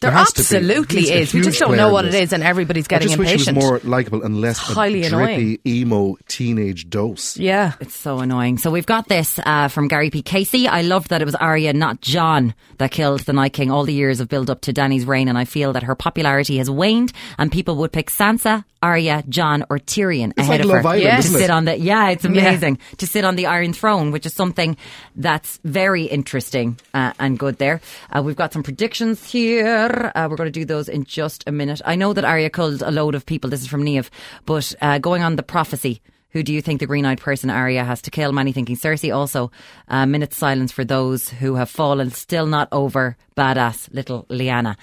Speaker 4: There,
Speaker 5: has to be.
Speaker 4: absolutely
Speaker 5: He's a
Speaker 4: is. We just
Speaker 5: huge
Speaker 4: don't
Speaker 5: player
Speaker 4: know
Speaker 5: in
Speaker 4: what it
Speaker 5: this.
Speaker 4: is, and everybody's
Speaker 5: I
Speaker 4: getting
Speaker 5: just wish she
Speaker 4: impatient.
Speaker 5: was more likable and less
Speaker 4: It's highly
Speaker 5: a drippy emo teenage dose.
Speaker 4: yeah.
Speaker 1: It's so annoying. So we've got this uh, from Gary P. Casey. I loved that it was Arya, not John, that killed the Night King. All the years of build up to Danny's reign, and I feel that her popularity has waned, and people would pick Sansa, Arya, John, or Tyrion
Speaker 5: It's
Speaker 1: ahead
Speaker 5: like
Speaker 1: of
Speaker 5: Love
Speaker 1: her
Speaker 5: Island,
Speaker 1: to
Speaker 5: isn't it?
Speaker 1: sit on the. Yeah, it's
Speaker 4: Yeah.
Speaker 1: amazing to sit on the Iron Throne, which is something that's very interesting uh, and good. There, uh, we've got some predictions here. Uh, we're going to do those in just a minute. I know that Arya killed a load of people. This is from Neve, but uh, going on the prophecy. Who do you think the green eyed person Arya has to kill? Many thinking Cersei. Also, uh, minutes silence for those who have fallen, still not over badass little Lyanna.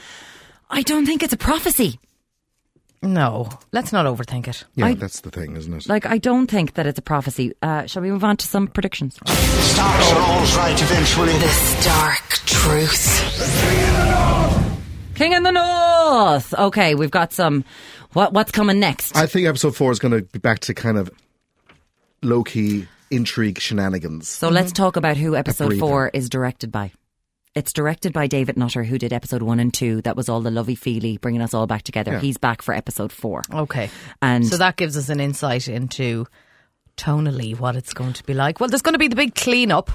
Speaker 1: I don't think it's a prophecy.
Speaker 4: No, let's not overthink it.
Speaker 5: Yeah,
Speaker 1: I-
Speaker 5: that's the thing, isn't it?
Speaker 1: Like, I don't think that it's a prophecy. Uh, shall we move on to some predictions?
Speaker 3: Starts are always right eventually.
Speaker 2: This dark truth.
Speaker 1: King in the North. Okay, we've got some. What what's coming next?
Speaker 5: I think episode four is going to be back to kind of low key intrigue shenanigans.
Speaker 1: so let's talk about who episode
Speaker 5: breather.
Speaker 1: four is directed by. It's directed by David Nutter, who did episode one and two. That was all the lovey feely, bringing us all back together. He's back for episode four,
Speaker 4: Okay.
Speaker 1: and
Speaker 4: Oh. So that gives us an insight into tonally what it's going to be like. Well, there's going to be the big cleanup.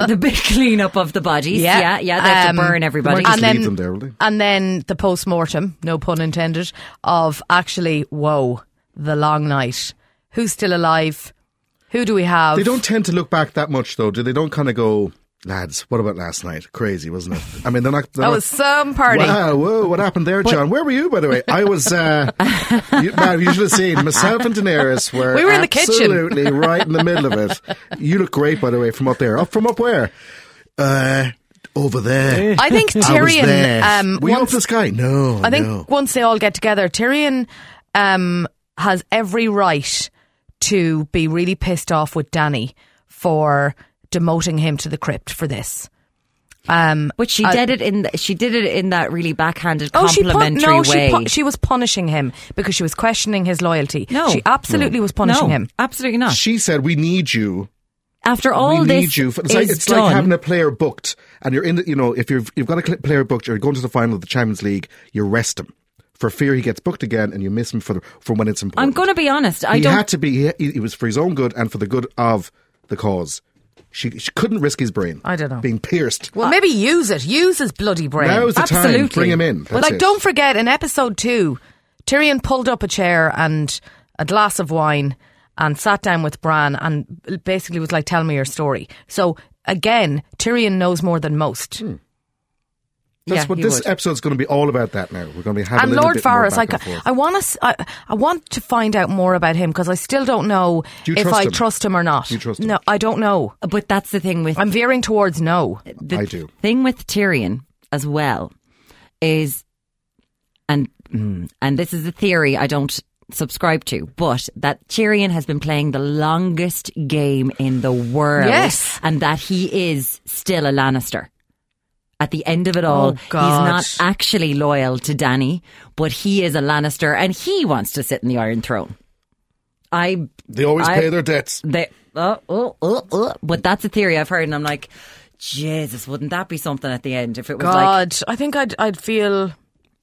Speaker 1: the big cleanup of the bodies. Yeah,
Speaker 4: Yeah.
Speaker 1: yeah, they have
Speaker 4: Um,
Speaker 1: to burn everybody.
Speaker 5: Might
Speaker 4: And
Speaker 5: just leave
Speaker 4: then-
Speaker 5: them there, will they?
Speaker 4: And then the post mortem, no pun intended, of actually, whoa, the long night. Who's still alive? Who do we have?
Speaker 5: They don't tend to look back that much, though. Do they? Don't kind of go, lads. What about last night? Crazy, wasn't it? I mean, they're not. They're
Speaker 4: That
Speaker 5: not-
Speaker 4: was some party.
Speaker 5: Wow, whoa, what happened there, John? Where were you, by the way? I was, uh, you, man, you should have seen myself and Daenerys were,
Speaker 4: We were in the kitchen.
Speaker 5: absolutely right in the middle of it. You look great, by the way, from up there. Up from up where? Uh, over there.
Speaker 4: I think
Speaker 5: I was
Speaker 4: Tyrion.
Speaker 5: there.
Speaker 4: Um,
Speaker 5: were you up
Speaker 4: once-
Speaker 5: the sky? No,
Speaker 4: I think
Speaker 5: no.
Speaker 4: once they all get together, Tyrion um, has every right to be really pissed off with Danny for demoting him to the crypt for this. Um,
Speaker 1: But she
Speaker 4: I-
Speaker 1: did it in the, she did it in that really backhanded
Speaker 4: Oh, she pun-
Speaker 1: complimentary
Speaker 4: no,
Speaker 1: way.
Speaker 4: she pu- she was punishing him because she was questioning his loyalty.
Speaker 1: No.
Speaker 4: she absolutely was punishing
Speaker 1: no,
Speaker 4: him.
Speaker 1: Absolutely not.
Speaker 5: She said, "We need you.
Speaker 1: After all
Speaker 5: we
Speaker 1: this
Speaker 5: need you." For, it's
Speaker 1: is
Speaker 5: like, it's
Speaker 1: done,
Speaker 5: like having a player booked, and you're in. The, you know, if you've you've got a cl- player booked, you're going to the final of the Champions League. You rest him for fear he gets booked again, and you miss him for the, for when it's important.
Speaker 1: I'm going to be honest. I
Speaker 5: he
Speaker 1: don't.
Speaker 5: had to be. He, he was for his own good and for the good of the cause. She, she couldn't risk his brain.
Speaker 4: I don't know.
Speaker 5: Being pierced.
Speaker 4: Well, maybe use it. Use his bloody brain.
Speaker 5: Now is the time.
Speaker 1: absolutely.
Speaker 5: Bring him in.
Speaker 4: But
Speaker 5: That's
Speaker 4: like,
Speaker 5: it.
Speaker 4: don't forget, in episode two, Tyrion pulled up a chair and a glass of wine and sat down with Bran and basically was like, "Tell me your story." So again, Tyrion knows more than most.
Speaker 5: Hmm. That's
Speaker 1: Yeah,
Speaker 5: what
Speaker 1: he
Speaker 5: this
Speaker 1: would.
Speaker 5: episode's going to be all about. That now we're going to be having
Speaker 4: and
Speaker 5: a little
Speaker 4: Lord
Speaker 5: bit more
Speaker 4: Faris, I,
Speaker 5: back and forth.
Speaker 4: I want to, I, I want to find out more about him because I still don't know
Speaker 5: Do you
Speaker 4: if
Speaker 5: trust
Speaker 4: I
Speaker 5: him?
Speaker 4: trust him or not.
Speaker 5: Do you trust him?
Speaker 4: No, I don't know.
Speaker 1: But that's the thing with
Speaker 4: I'm veering towards no.
Speaker 1: the
Speaker 5: I do.
Speaker 1: thing with Tyrion as well is, and mm, and this is a theory I don't subscribe to, but that Tyrion has been playing the longest game in the world,
Speaker 4: Yes.
Speaker 1: and that he is still a Lannister. At the end of it all,
Speaker 4: Oh, God.
Speaker 1: he's not actually loyal to Danny, but he is a Lannister, and he wants to sit in the Iron Throne. I
Speaker 5: They always
Speaker 1: I-
Speaker 5: pay their debts.
Speaker 1: they, oh, oh, oh, oh. But that's a theory I've heard, and I'm like, Jesus, wouldn't that be something at the end if it was like
Speaker 4: God, I think I'd, I'd feel a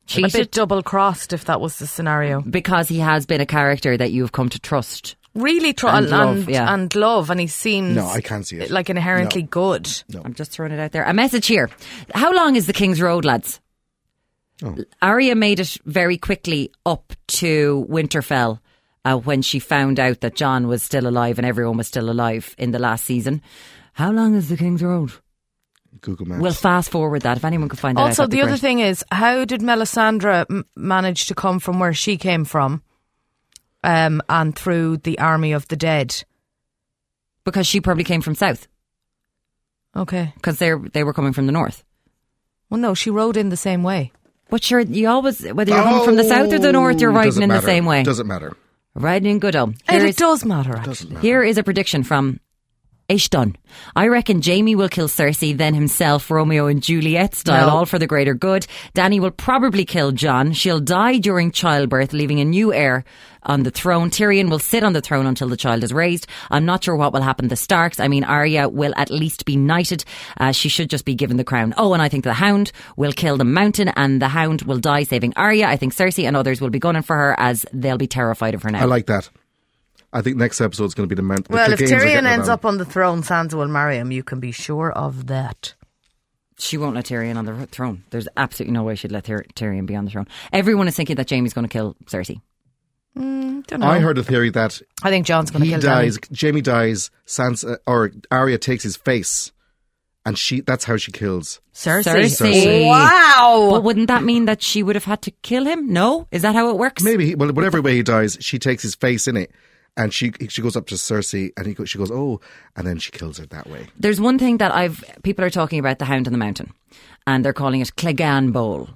Speaker 1: cheated?
Speaker 4: bit double crossed if that was the scenario.
Speaker 1: Because he has been a character that you have come to trust.
Speaker 4: really tr-
Speaker 1: And
Speaker 4: and,
Speaker 1: love,
Speaker 4: and,
Speaker 1: yeah.
Speaker 4: and love, and he seems
Speaker 5: No, I can't see it.
Speaker 4: like inherently
Speaker 5: No.
Speaker 4: good.
Speaker 1: I'm just throwing it out there. A message here. How long is the King's Road, lads? Arya made it very quickly up to Winterfell uh, when she found out that John was still alive and everyone was still alive in the last season. How long is the King's Road?
Speaker 5: Google Maps.
Speaker 1: We'll fast forward that if anyone can find that out.
Speaker 4: Also,
Speaker 1: that'd be
Speaker 4: the other
Speaker 1: great.
Speaker 4: thing is, how did Melisandre m- manage to come from where she came from, um, and through the army of the dead?
Speaker 1: because she probably came from south.
Speaker 4: Okay,
Speaker 1: because they they were coming from the north.
Speaker 4: well, no, she rode in the same way.
Speaker 1: But sure, you always whether you're coming from the south or the north, you're
Speaker 5: Oh,
Speaker 1: riding
Speaker 5: doesn't
Speaker 1: in
Speaker 5: matter.
Speaker 1: the same way.
Speaker 5: Doesn't matter.
Speaker 1: riding in good old.
Speaker 4: And
Speaker 1: Here
Speaker 4: it
Speaker 1: is,
Speaker 4: does matter. Actually.
Speaker 5: Doesn't matter.
Speaker 1: here is a prediction from Ishdon. I reckon Jamie will kill Cersei, then himself, Romeo and Juliet style,
Speaker 4: No.
Speaker 1: all for the greater good. Danny will probably kill John. She'll die during childbirth, leaving a new heir on the throne. Tyrion will sit on the throne until the child is raised. I'm not sure what will happen to Starks. I mean, Arya will at least be knighted. Uh, she should just be given the crown. Oh, and I think the Hound will kill the Mountain, and the Hound will die saving Arya. I think Cersei and others will be gunning for her as they'll be terrified of her now.
Speaker 5: I like that. I think next episode's going to be the man.
Speaker 4: Well,
Speaker 5: the
Speaker 4: if
Speaker 5: games are
Speaker 4: Tyrion
Speaker 5: getting it
Speaker 4: ends
Speaker 5: on.
Speaker 4: up on the throne, Sansa will marry him. You can be sure of that.
Speaker 1: She won't let Tyrion on the throne. There's absolutely no way she'd let Tyr- Tyrion be on the throne. Everyone is thinking that Jamie's going to kill Cersei.
Speaker 4: Don't know.
Speaker 5: I heard a theory that
Speaker 4: I think John's going to
Speaker 5: he
Speaker 4: kill
Speaker 5: dies, Jamie dies, Sansa or Arya takes his face, and she—that's how she kills.
Speaker 4: Danny.
Speaker 1: Cersei. Cersei.
Speaker 4: Wow.
Speaker 1: But wouldn't that mean that she would have had to kill him? No? Is that how it works?
Speaker 5: Maybe, he, well, whatever way he dies, she takes his face in it, And she she goes up to Cersei, and he go, she goes, "Oh," and then she kills her that way.
Speaker 1: There's one thing that I've people are talking about the Hound on the Mountain, and they're calling it Clegan Bowl,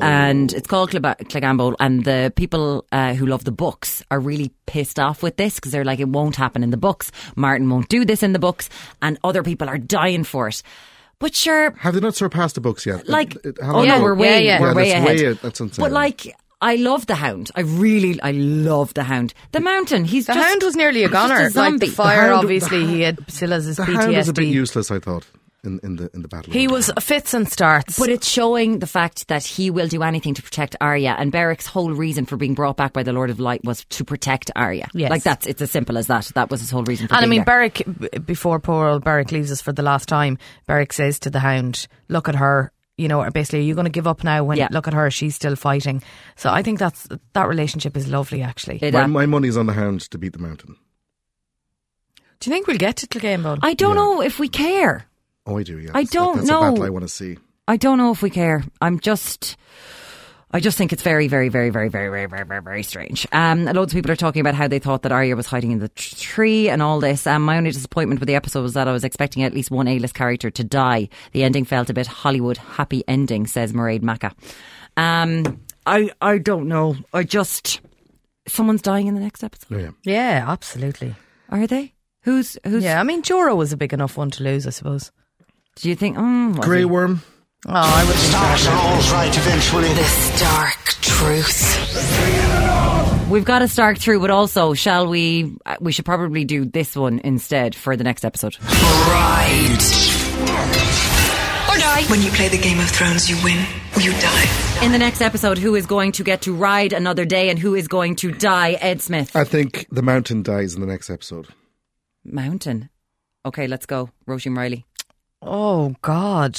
Speaker 1: and it's called Cleba- Clegan Bowl. And the people uh, who love the books are really pissed off with this because they're like, it won't happen in the books. Martin won't do this in the books, and other people are dying for it. But sure,
Speaker 5: Have they not surpassed the books yet?
Speaker 1: like
Speaker 5: It- it- how
Speaker 1: oh
Speaker 5: long
Speaker 1: no,
Speaker 5: ago?
Speaker 1: we're way
Speaker 4: Yeah, yeah.
Speaker 1: we're
Speaker 5: Yeah,
Speaker 1: way
Speaker 5: that's
Speaker 1: ahead.
Speaker 5: way a- that's insane.
Speaker 1: but like. I love the hound. I really, I love the hound. The mountain. He's
Speaker 4: The
Speaker 1: just,
Speaker 4: hound was nearly a
Speaker 1: he's just
Speaker 4: goner. like
Speaker 1: zombie.
Speaker 4: the fire,
Speaker 5: hound-
Speaker 4: obviously, he had still has his
Speaker 5: the
Speaker 4: PTSD.
Speaker 5: hound is a bit useless, I thought, in, in the in the battle.
Speaker 4: he was fits and starts.
Speaker 1: But it's showing the fact that he will do anything to protect Arya, and Beric's whole reason for being brought back by the Lord of Light was to protect Arya.
Speaker 4: Yes.
Speaker 1: like that's it's as simple as that. That was his whole reason. for
Speaker 4: and I
Speaker 1: being
Speaker 4: mean,
Speaker 1: there.
Speaker 4: Berwick, b- before poor old Berwick leaves us for the last time, Berwick says to the hound, Look at her. You know, basically, are you going to give up now when,
Speaker 1: Yeah.
Speaker 4: look at her, she's still fighting? So I think that's that relationship is lovely, actually.
Speaker 1: It- uh,
Speaker 5: my, my money's on the hound to beat the mountain.
Speaker 4: Do you think we'll get to Clegane
Speaker 1: I don't know if we care.
Speaker 5: Oh, I do. Yeah,
Speaker 1: I
Speaker 5: That's-
Speaker 1: don't
Speaker 5: that's
Speaker 1: know.
Speaker 5: a battle I want to see.
Speaker 1: I don't know if we care. I'm just. I just think it's very, very, very, very, very, very, very, very, very strange. Um, loads of people are talking about how they thought that Arya was hiding in the tr- tree and all this. Um, my only disappointment with the episode was that I was expecting at least one A-list character to die. The ending felt a bit Hollywood happy ending, says Mairead Macca. Um, I I don't know. I just someone's dying in the next episode.
Speaker 5: Oh, yeah.
Speaker 4: Yeah, absolutely.
Speaker 1: Are they? Who's who's?
Speaker 4: Yeah, I mean, Jorah was a big enough one to lose, I suppose.
Speaker 1: Do you think? Mm, was
Speaker 5: Grey
Speaker 1: he?
Speaker 5: worm.
Speaker 4: Oh, I would.
Speaker 3: Starks are always right eventually.
Speaker 2: The stark truth.
Speaker 1: We've got to start through, but also, shall we? uh, We should probably do this one instead for the next episode.
Speaker 2: Bride.
Speaker 6: Or die. When you play the Game of Thrones, you win or you die.
Speaker 1: In the next episode, who is going to get to ride another day and who is going to die? Ed Smith.
Speaker 5: I think the mountain dies in the next episode.
Speaker 1: Mountain. Okay, let's go. Roisin Riley.
Speaker 4: Oh God.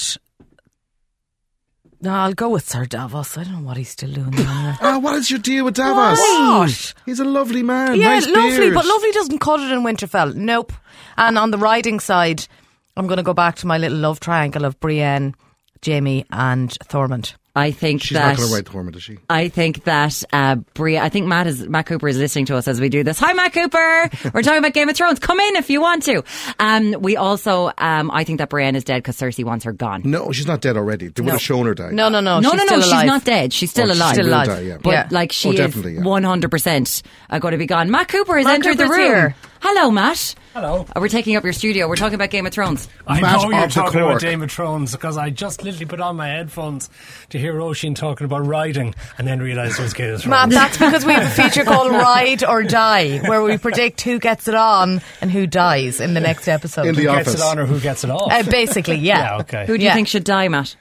Speaker 4: No, I'll go with Sir Davos. I don't know what he's still doing down there.
Speaker 5: Ah, what is your deal with Davos?
Speaker 4: What?
Speaker 5: He's a lovely man.
Speaker 4: yeah,
Speaker 5: nice
Speaker 4: lovely,
Speaker 5: beard.
Speaker 4: but lovely doesn't cut it in Winterfell. Nope. And on the riding side, I'm going to go back to my little love triangle of Brienne, Jamie, and Thormund.
Speaker 1: I think
Speaker 5: She's
Speaker 1: that.
Speaker 5: not going to write Thormund, is she?
Speaker 1: I think that uh, Bria. I think Matt is Matt Cooper is listening to us as we do this. Hi, Matt Cooper. We're talking about Game of Thrones. Come in if you want to. Um, we also. Um, I think that Brienne is dead because Cersei wants her gone.
Speaker 5: No, she's not dead already. They would have shown her die.
Speaker 4: No, no, no.
Speaker 1: no, no,
Speaker 4: Oh, she's
Speaker 1: no.
Speaker 4: still
Speaker 1: She's
Speaker 4: alive.
Speaker 1: not dead. She's still
Speaker 5: Oh, she's
Speaker 1: alive.
Speaker 4: Still
Speaker 5: Will
Speaker 4: alive.
Speaker 5: die, yeah.
Speaker 1: But
Speaker 4: yeah.
Speaker 1: like
Speaker 5: Oh,
Speaker 1: she
Speaker 5: definitely,
Speaker 1: is
Speaker 5: yeah.
Speaker 1: one hundred percent going to be gone. Matt Cooper has
Speaker 4: Matt
Speaker 1: entered the
Speaker 4: Cooper's
Speaker 1: room.
Speaker 4: here.
Speaker 1: Hello, Matt.
Speaker 7: Hello.
Speaker 1: Uh, We're taking up your studio. We're talking about Game of Thrones.
Speaker 7: I
Speaker 5: Matt
Speaker 7: know you're
Speaker 5: of the
Speaker 7: talking about
Speaker 5: Cork.
Speaker 7: Game of Thrones because I just literally put on my headphones to hear Oshin talking about riding and then realised it was Game of
Speaker 4: Matt,
Speaker 7: Thrones.
Speaker 4: that's because we have a feature called Ride or Die, where we predict who gets it on and who dies in the next episode.
Speaker 5: In
Speaker 7: who
Speaker 5: the
Speaker 7: gets
Speaker 5: office.
Speaker 7: it on or who gets it off?
Speaker 4: uh, basically, yeah.
Speaker 7: yeah, okay.
Speaker 1: Who do you
Speaker 4: Yeah.
Speaker 1: think should die, Matt?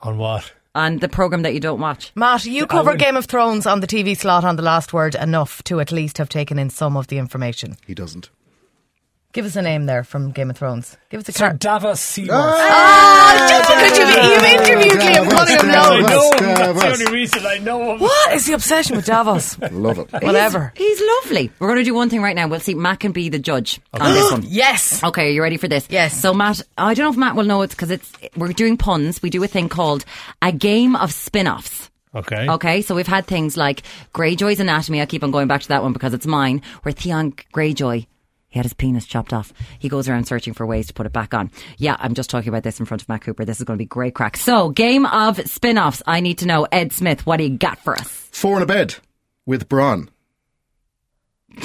Speaker 7: on what?
Speaker 1: On the program that you don't watch.
Speaker 4: Matt, you covered
Speaker 7: would-
Speaker 4: Game of Thrones on the TV slot on the last word enough to at least have taken in some of the information.
Speaker 5: He doesn't.
Speaker 4: Give us a name there from Game of Thrones. Give us a
Speaker 7: Sir
Speaker 4: character.
Speaker 7: Davos Seaworth.
Speaker 4: just because you've, you've interviewed Liam
Speaker 5: Davos,
Speaker 4: Cunningham
Speaker 7: I
Speaker 4: now.
Speaker 5: Davos.
Speaker 7: know him.
Speaker 5: Davos.
Speaker 7: That's the only reason I know him.
Speaker 4: What is the obsession with Davos?
Speaker 5: Love it.
Speaker 4: Whatever.
Speaker 1: He's lovely. We're going to do one thing right now. We'll see. Matt can be the judge on this one.
Speaker 4: Yes.
Speaker 1: Okay, are you ready for this?
Speaker 4: Yes.
Speaker 1: So Matt, I don't know if Matt will know it's because it's we're doing puns. We do a thing called a game of spin-offs.
Speaker 7: Okay.
Speaker 1: Okay, so we've had things like Greyjoy's Anatomy. I keep on going back to that one because it's mine, where Theon Greyjoy. He had his penis chopped off. He goes around searching for ways to put it back on. Yeah, I'm just talking about this in front of Matt Cooper. This is going to be great crack. So, game of spin offs. I need to know, Ed Smith, what do you got for us?
Speaker 5: Four in a bed with Braun.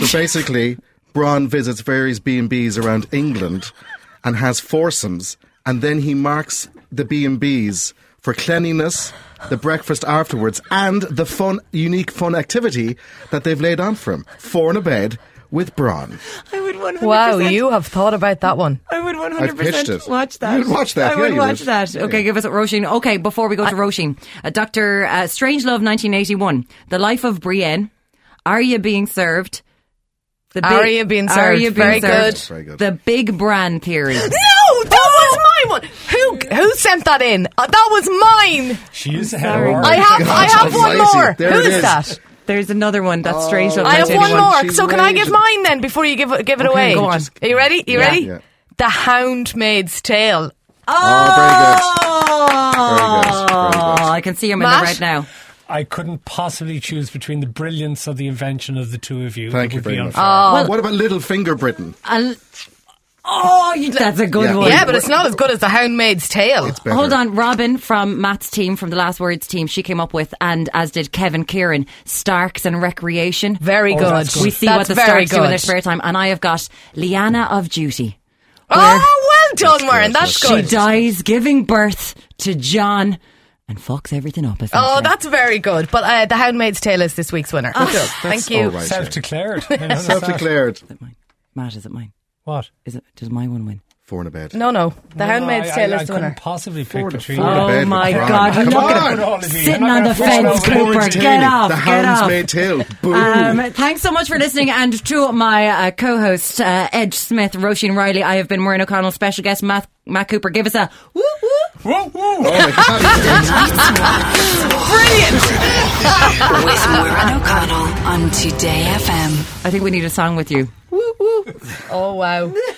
Speaker 5: So basically, Braun visits various B and B's around England and has foursomes, and then he marks the B and B's for cleanliness, the breakfast afterwards, and the fun, unique fun activity that they've laid on for him. Four in a bed with Braun.
Speaker 4: Wow, you have thought about that one.
Speaker 1: I would
Speaker 5: I've pitched it. You'd watch that.
Speaker 1: I would
Speaker 5: yeah, you
Speaker 1: watch that. Okay, give us Roisin. Okay, before we go to Roisin, uh, Doctor uh, Strangelove, 1981, The Life of Brienne, Arya being served. The
Speaker 4: Arya being served.
Speaker 1: Arya being
Speaker 4: Very
Speaker 1: served.
Speaker 4: good.
Speaker 5: Very good.
Speaker 1: The Big Brand theory.
Speaker 4: No, that was my one. Who who sent that in? Uh, that was mine.
Speaker 7: She is a heroine.
Speaker 4: I have I
Speaker 5: God,
Speaker 4: have one
Speaker 5: almighty.
Speaker 4: more.
Speaker 5: There
Speaker 4: Who
Speaker 5: it
Speaker 4: is
Speaker 5: is.
Speaker 4: that?
Speaker 1: There's another one
Speaker 5: Oh.
Speaker 1: that's Strangelove.
Speaker 4: I have
Speaker 5: That's
Speaker 4: one
Speaker 5: anyone.
Speaker 4: more.
Speaker 5: She's
Speaker 4: So can I give
Speaker 5: raging.
Speaker 4: mine then before you give it- give it away?
Speaker 1: go on.
Speaker 4: Just- Are you ready? You ready?
Speaker 5: Yeah.
Speaker 4: The Houndmaid's Tale.
Speaker 5: Oh, very good. Very good. Very good.
Speaker 1: Oh, I can see him in
Speaker 4: Matt?
Speaker 1: there right now.
Speaker 7: I couldn't possibly choose between the brilliance of the invention of the two of you.
Speaker 5: Thank
Speaker 7: It
Speaker 5: you
Speaker 7: would
Speaker 5: very
Speaker 7: be
Speaker 5: much.
Speaker 7: unfair.
Speaker 1: Oh.
Speaker 5: Well, Oh, what about Little Finger Britain?
Speaker 1: I'll- oh, you, that's a good
Speaker 5: Yeah.
Speaker 1: one.
Speaker 4: Yeah, but it's not as good as the Houndmaid's Tale.
Speaker 5: It's better.
Speaker 1: Hold on, Robin from Matt's team, from the Last Words team, she came up with, and as did Kevin Kieran, Starks and Recreation.
Speaker 4: Very
Speaker 7: Oh,
Speaker 4: good.
Speaker 7: that's good.
Speaker 1: We see
Speaker 4: That's
Speaker 1: what the
Speaker 4: very
Speaker 1: Starks do in their
Speaker 4: good.
Speaker 1: spare time, and I have got Liana of Duty.
Speaker 4: Oh, well done, Warren. That's
Speaker 1: She
Speaker 4: good.
Speaker 1: dies giving birth to John and fucks everything up. essentially.
Speaker 4: Oh, that's very good. But uh, The Houndmaid's Tale is this week's winner.
Speaker 7: Oh,
Speaker 4: Good. Thank you.
Speaker 5: all right.
Speaker 7: Self-declared. I noticed that.
Speaker 5: Self-declared.
Speaker 1: mine. Matt, is it mine?
Speaker 7: What?
Speaker 1: Is it? Does my one win?
Speaker 5: Four in a bed.
Speaker 4: No, no. The
Speaker 7: No,
Speaker 4: Houndmaid's
Speaker 7: I-
Speaker 4: Tale
Speaker 7: I,
Speaker 4: is
Speaker 7: I
Speaker 4: the
Speaker 7: couldn't
Speaker 4: winner.
Speaker 7: possibly pick
Speaker 5: Four to
Speaker 7: between.
Speaker 5: four in a
Speaker 1: Oh
Speaker 5: bed with
Speaker 1: my
Speaker 5: Graham.
Speaker 1: God,
Speaker 5: Come
Speaker 1: you're not
Speaker 5: on.
Speaker 1: gonna-
Speaker 7: All of you.
Speaker 1: Sitting
Speaker 7: You're not
Speaker 1: on
Speaker 7: gonna
Speaker 1: the
Speaker 7: force it
Speaker 1: fence,
Speaker 7: over
Speaker 1: Cooper.
Speaker 7: me.
Speaker 5: Orange
Speaker 1: Get
Speaker 5: Tail,
Speaker 1: off,
Speaker 5: The
Speaker 1: get
Speaker 5: hound's
Speaker 1: off.
Speaker 5: made tail. Boo.
Speaker 1: Um, thanks so much for listening, and to my uh, co-host uh, Edge Smith, Roisin Riley. I have been Maureen O'Connell, special guest Matt, Matt Cooper. Give us a woo woo.
Speaker 7: Woo, woo.
Speaker 5: oh my God.
Speaker 2: With Maureen O'Connell on Today FM.
Speaker 1: I think we need a song with you.
Speaker 4: Oh, wow.